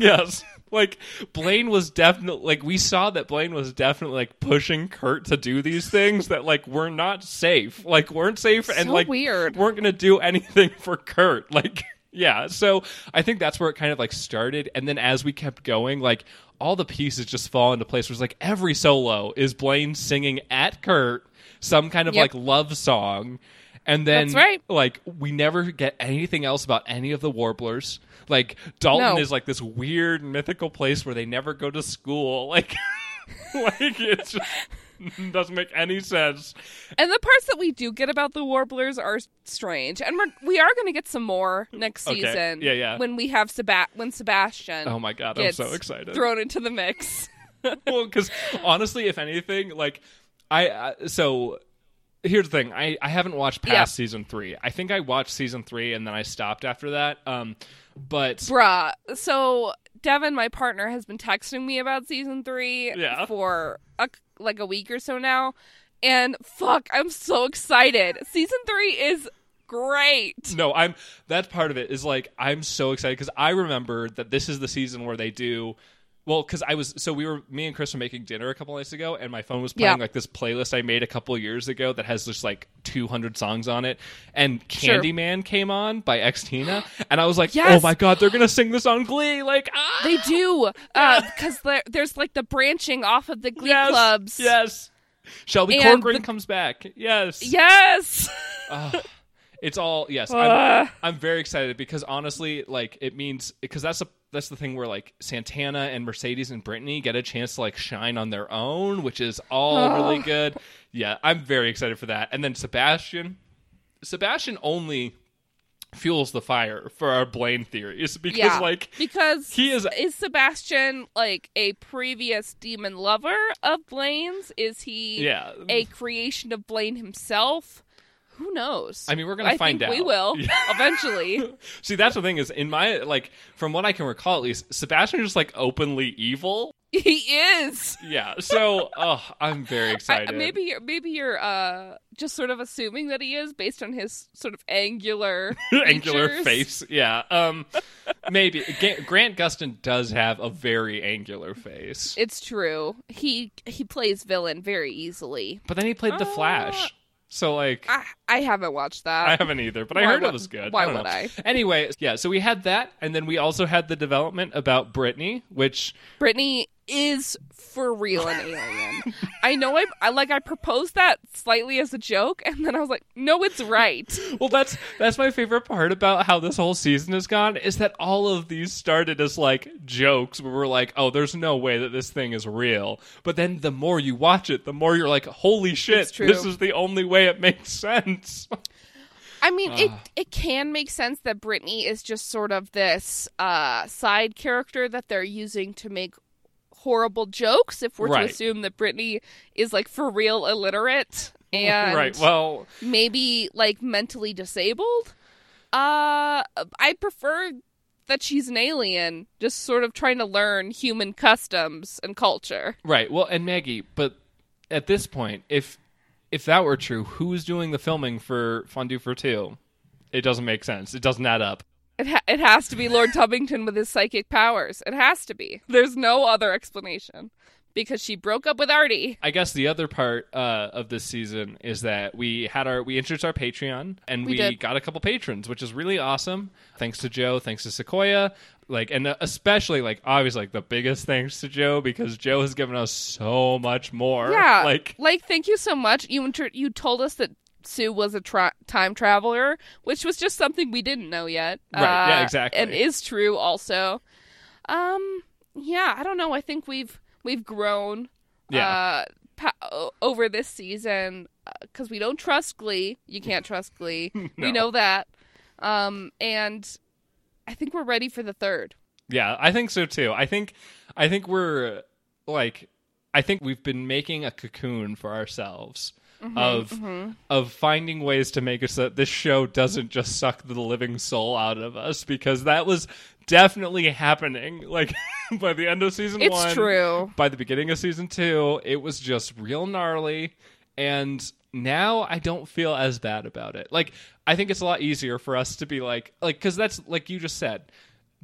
A: yes. Like Blaine was definitely like we saw that Blaine was definitely like pushing Kurt to do these things that like were not safe, like weren't safe, and
D: So
A: like
D: weird.
A: weren't gonna do anything for Kurt. Like, yeah. So I think that's where it kind of like started, and then as we kept going, like all the pieces just fall into place. It was like every solo is Blaine singing at Kurt some kind of
B: Yep.
A: like love song, and then
B: That's right.
A: like we never get anything else about any of the warblers. Like Dalton
B: No.
A: is like this weird mythical place where they never go to school. Like, like it's just doesn't make any sense.
B: And the parts that we do get about the warblers are strange, and we're, we are going to get some more next
A: Okay.
B: season.
A: Yeah, yeah.
B: When we have Seba- when Sebastian.
A: Oh my god,
B: gets
A: I'm so excited.
B: Thrown into the mix.
A: well, because honestly, if anything, like I uh, so here's the thing I, I haven't watched past
B: Yeah.
A: season three. I think I watched season three and then I stopped after that. Um, but
B: Bruh. So Devin, my partner, has been texting me about season three
A: Yeah.
B: for a, like a week or so now, and fuck, I'm so excited. Season three is great.
A: No, I'm that's part of it is like I'm so excited because I remember that this is the season where they do well because I was so we were me and Chris were making dinner a couple nights ago and my phone was playing
B: Yeah.
A: like this playlist I made a couple years ago that has just like 200 songs on it and
B: Sure.
A: Candyman came on by X Tina and I was like oh
B: Yes.
A: my god they're gonna sing this on Glee like ah
B: They do because there, there's like the branching off of the Glee clubs.
A: yes Shelby
B: And
A: Corcoran
B: the-
A: comes back yes
B: Yes.
A: It's all yes.
B: Ugh.
A: I'm, I'm very excited because honestly, like it means because that's a that's the thing where like Santana and Mercedes and Brittany get a chance to like shine on their own, which is all really good. Yeah, I'm very excited for that. And then Sebastian, Sebastian only fuels the fire for our Blaine theories because
B: yeah.
A: like
B: because
A: he is
B: is Sebastian like a previous demon lover of Blaine's? Is he
A: yeah.
B: a creation of Blaine himself? Who knows?
A: I mean, we're gonna find
B: think We
A: out.
B: will
A: Yeah.
B: eventually.
A: See, that's the thing is in my like from what I can recall at least, Sebastian is just like openly evil.
B: he is.
A: Yeah. So, oh, I'm very
B: I,
A: excited.
B: maybe you're maybe you're uh, just sort of assuming that he is based on his sort of angular
A: angular
B: features.
A: face. Yeah. Um maybe Ga- Grant Gustin does have a very angular face.
B: It's true. He he plays villain very easily.
A: But then he played The
B: Uh,
A: Flash. So like
B: I I haven't watched
A: I
B: that.
A: haven't either, but I
B: Ah. why
A: heard it
B: would-
A: was good.
B: why
A: don't
B: would
A: know.
B: I?
A: Anyway, yeah, so we had that and then we also had the development about Britney, which
B: Brittany is for real an alien. I know I, I like I proposed that slightly as a joke, and then I was like, no, it's right.
A: Well, that's that's my favorite part about how this whole season has gone is that all of these started as like jokes where we're like, oh, there's no way that this thing is real. But then the more you watch it, the more you're like, holy shit,
B: It's true.
A: this is the only way it makes sense.
B: I mean, it
A: Ah.
B: it can make sense that Brittany is just sort of this uh, side character that they're using to make horrible jokes. If we're
A: Right.
B: to assume that Brittany is like for real illiterate and
A: right. Well,
B: maybe like mentally disabled, uh, I prefer that she's an alien, just sort of trying to learn human customs and culture.
A: right. Well, and Maggie, but at this point, if if that were true, who's doing the filming for Fondue for Two? It doesn't make sense. It doesn't add up.
B: It ha- it has to be Lord Tubington with his psychic powers. It has to be. There's no other explanation because she broke up with Artie.
A: I guess the other part uh, of this season is that we had our we introduced our Patreon and we,
B: We did.
A: got a couple patrons, which is really awesome. Thanks to Joe, thanks to Sequoia, like and especially like obviously like the biggest thanks to Joe because Joe has given us so much more.
B: Yeah,
A: like
B: thank you so much. You inter- you told us that Sue was a tra- time traveler, which was just something we didn't know yet.
A: Right, yeah,
B: Uh,
A: exactly.
B: and is true also. Um, yeah, I don't know. I think we've we've grown.
A: Yeah.
B: Uh, pa- o- over this season because we don't trust Glee. You can't trust Glee.
A: No.
B: We know that. Um, and I think we're ready for the third.
A: Yeah, I think so too. I think I think we're uh, like I think we've been making a cocoon for ourselves
B: Mm-hmm,
A: of of finding ways to make it so that this show doesn't just suck the living soul out of us because that was definitely happening. Like by the end of season
B: It's
A: one
B: true.
A: by the beginning of season two, it was just real gnarly. And now I don't feel as bad about it. Like, I think it's a lot easier for us to be like, like, because that's like you just said,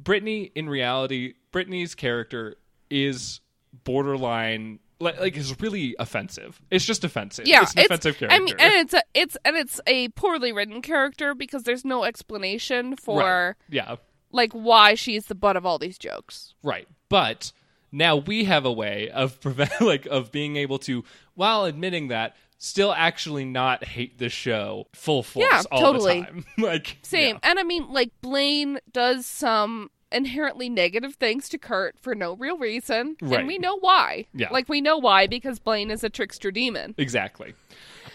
A: Brittany in reality, Brittany's character is borderline, like, like is really offensive. It's just offensive.
B: Yeah,
A: it's an offensive character.
B: I mean, and it's a it's and it's a poorly written character because there's no explanation for
A: Right. yeah.
B: like why she's the butt of all these jokes.
A: Right. But now we have a way of prevent like of being able to while admitting that still actually not hate the show full force
B: Yeah,
A: all
B: totally.
A: the time. like
B: Same. And I mean, like Blaine does some inherently negative things to Kurt for no real reason,
A: Right.
B: and we know why.
A: Yeah.
B: Like we know why because Blaine is a trickster demon.
A: yeah, exactly.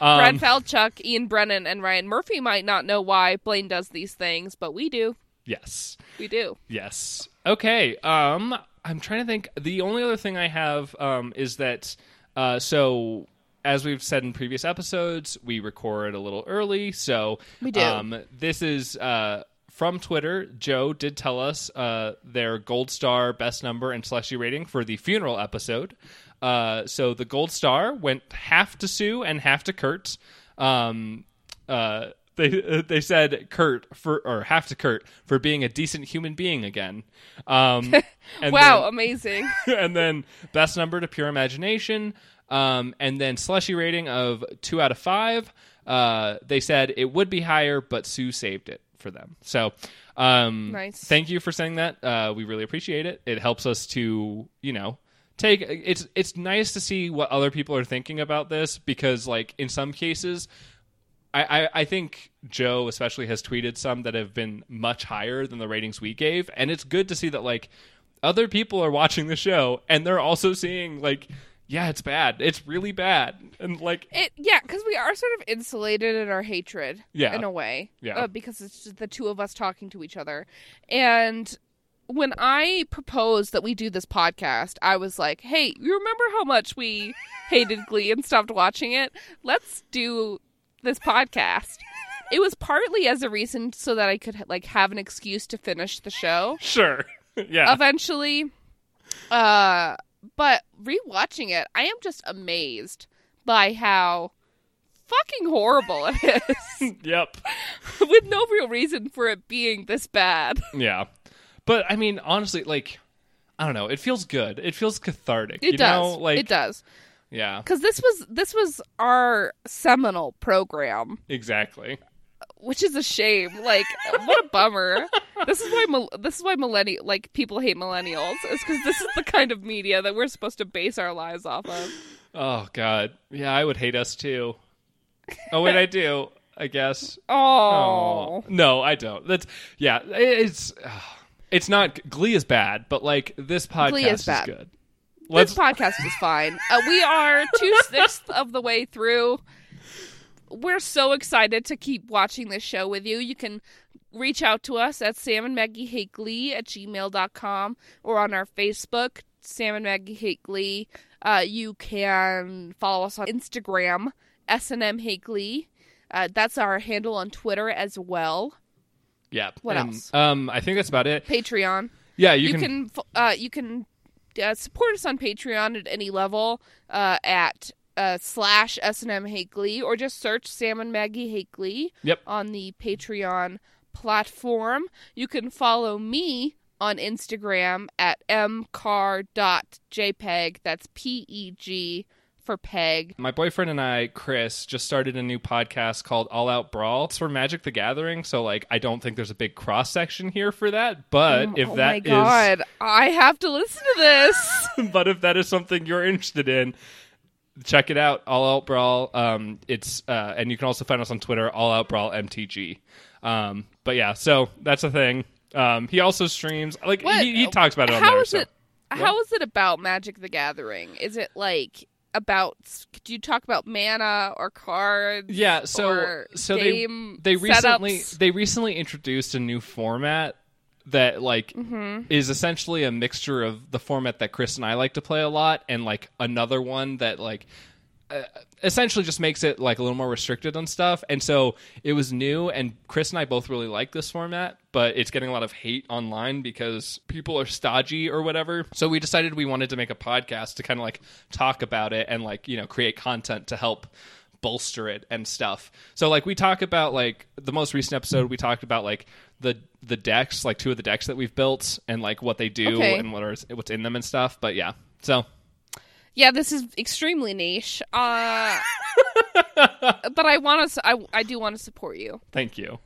B: Brad
A: Um,
B: Falchuk, Ian Brennan, and Ryan Murphy might not know why Blaine does these things, but we do.
A: yes.
B: We do.
A: Yes. Okay. Um, I'm trying to think. The only other thing I have um, is that uh, so as we've said in previous episodes, we record a little early. So
B: We do.
A: Um, this is uh, from Twitter. Joe did tell us uh, their gold star best number and slushy rating for the funeral episode. Uh, so the gold star went half to Sue and half to Kurt. Um, uh, they uh, they said Kurt for or half to Kurt for being a decent human being again. Um, and
B: wow, amazing.
A: then, and then best number to pure imagination. Um, and then slushy rating of two out of five. Uh, they said it would be higher, but Sue saved it for them. So, um,
B: Nice.
A: Thank you for saying that. Uh, we really appreciate it. It helps us to you know take it's it's nice to see what other people are thinking about this because like in some cases I, I, I think Joe especially has tweeted some that have been much higher than the ratings we gave, and it's good to see that like other people are watching the show and they're also seeing like yeah it's bad it's really bad and like
B: It yeah, because we are sort of insulated in our hatred,
A: Yeah.
B: in a way,
A: Yeah.
B: uh, because it's just the two of us talking to each other. And when I proposed that we do this podcast, I was like, "Hey, you remember how much we hated Glee and stopped watching it? Let's do this podcast." It was partly as a reason so that I could like have an excuse to finish the show
A: sure yeah
B: eventually. Uh, but rewatching it, I am just amazed by how fucking horrible it is,
A: yep
B: with no real reason for it being this bad.
A: yeah but I mean honestly like I don't know it feels good it feels cathartic
B: It
A: you
B: does.
A: know like
B: it does.
A: yeah
B: Because this was this was our seminal program,
A: exactly
B: which is a shame. Like, what a bummer. This is why mil- this is why millennial like people hate millennials is because this is the kind of media that we're supposed to base our lives off of.
A: Oh God, yeah, I would hate us too. Oh wait, I do. I guess.
B: Oh.
A: no, I don't. That's yeah. it- It's ah. it's not Glee is bad, but like this podcast
E: Glee is
A: is,
E: bad.
A: good.
B: This podcast is fine. Uh, we are two sixths of the way through. We're so excited to keep watching this show with you. You can reach out to us at Sam and Maggie Hate Glee at gmail.com or on our Facebook, Sam and Maggie Hate Glee. Uh, you can follow us on Instagram, SNM Hate Glee. Uh, that's our handle on Twitter as well.
A: yeah.
B: What
A: and,
B: else?
A: Um, I think that's about it.
B: Patreon.
A: Yeah, you,
B: you
A: can,
B: can, f uh, you can uh, support us on Patreon at any level uh, at uh, slash S and M Hate Glee or just search Sam and Maggie Hate Glee
A: Yep.
B: on the Patreon platform. You can follow me on Instagram at mcar.jpeg. That's P E G for peg.
A: My boyfriend and I, Chris, just started a new podcast called All Out Brawl. It's for Magic the Gathering, so like I don't think there's a big cross section here for that. But if
B: oh
A: that
B: my
A: is
B: god, I have to listen to this.
A: but if that is something you're interested in, check it out. All Out Brawl. Um, it's uh, and you can also find us on Twitter. All Out Brawl MTG. Um, but yeah, so that's the thing. Um, he also streams. Like
B: What-
A: he, he talks about it on
B: How
A: there.
B: is
A: so.
B: it? How is it about Magic the Gathering? Is it like about? Do you talk about mana or cards?
A: Yeah, so
B: or
A: so
B: game
A: they they recently
B: setups?
A: they recently introduced a new format that like
B: Mm-hmm.
A: is essentially a mixture of the format that Chris and I like to play a lot and like another one that like uh, essentially just makes it like a little more restricted on stuff. And so it was new and Chris and I both really like this format, but it's getting a lot of hate online because people are stodgy or whatever. So we decided we wanted to make a podcast to kind of like talk about it and like, you know, create content to help bolster it and stuff. So like we talk about like the most recent episode we talked about like the the decks, like two of the decks that we've built and like what they do
B: Okay.
A: and what are what's in them and stuff, but yeah. So
B: Yeah, this is extremely niche. Uh, but I want to. I I do want to support you.
A: Thank you.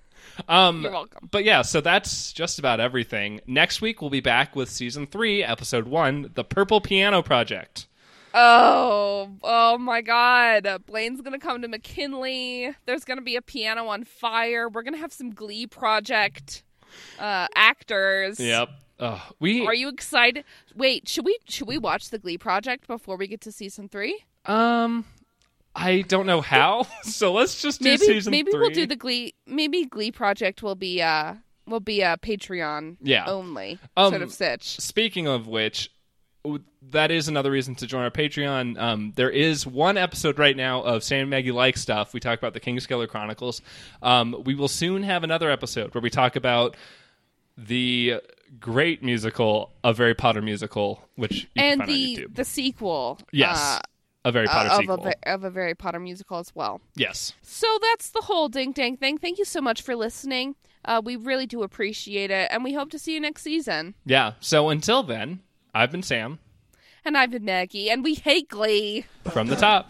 A: Um,
B: You're welcome.
A: But yeah, so that's just about everything. Next week we'll be back with season three, episode one, the Purple Piano Project.
B: Oh, oh my God! Blaine's gonna come to McKinley. There's gonna be a piano on fire. We're gonna have some Glee project uh, actors.
A: Ugh, we
B: Are you excited? Wait, should we should we watch the Glee project before we get to season three?
A: um, I don't know how. so let's just do
B: maybe
A: season
B: maybe
A: three.
B: we'll do the glee maybe glee project will be uh will be a patreon
A: Yeah.
B: only
A: Um,
B: sort of sitch
A: Speaking of which, w- that is another reason to join our Patreon. Um, there is one episode right now of Sam and Maggie like stuff. We talk about the Kingskeller Chronicles. Um, we will soon have another episode where we talk about the great musical, a Very Potter musical, which you
B: and
A: can find
B: the
A: on YouTube.
B: the sequel
A: yes,
B: uh,
A: a Very Potter
B: of,
A: sequel.
B: a, ve- of a Harry Potter musical as well.
A: yes.
B: So that's the whole ding dang thing. Thank you so much for listening. Uh, we really do appreciate it, and we hope to see you next season.
A: Yeah. So until then, I've been Sam
B: And I've been Maggie, and we hate Glee.
A: from the top.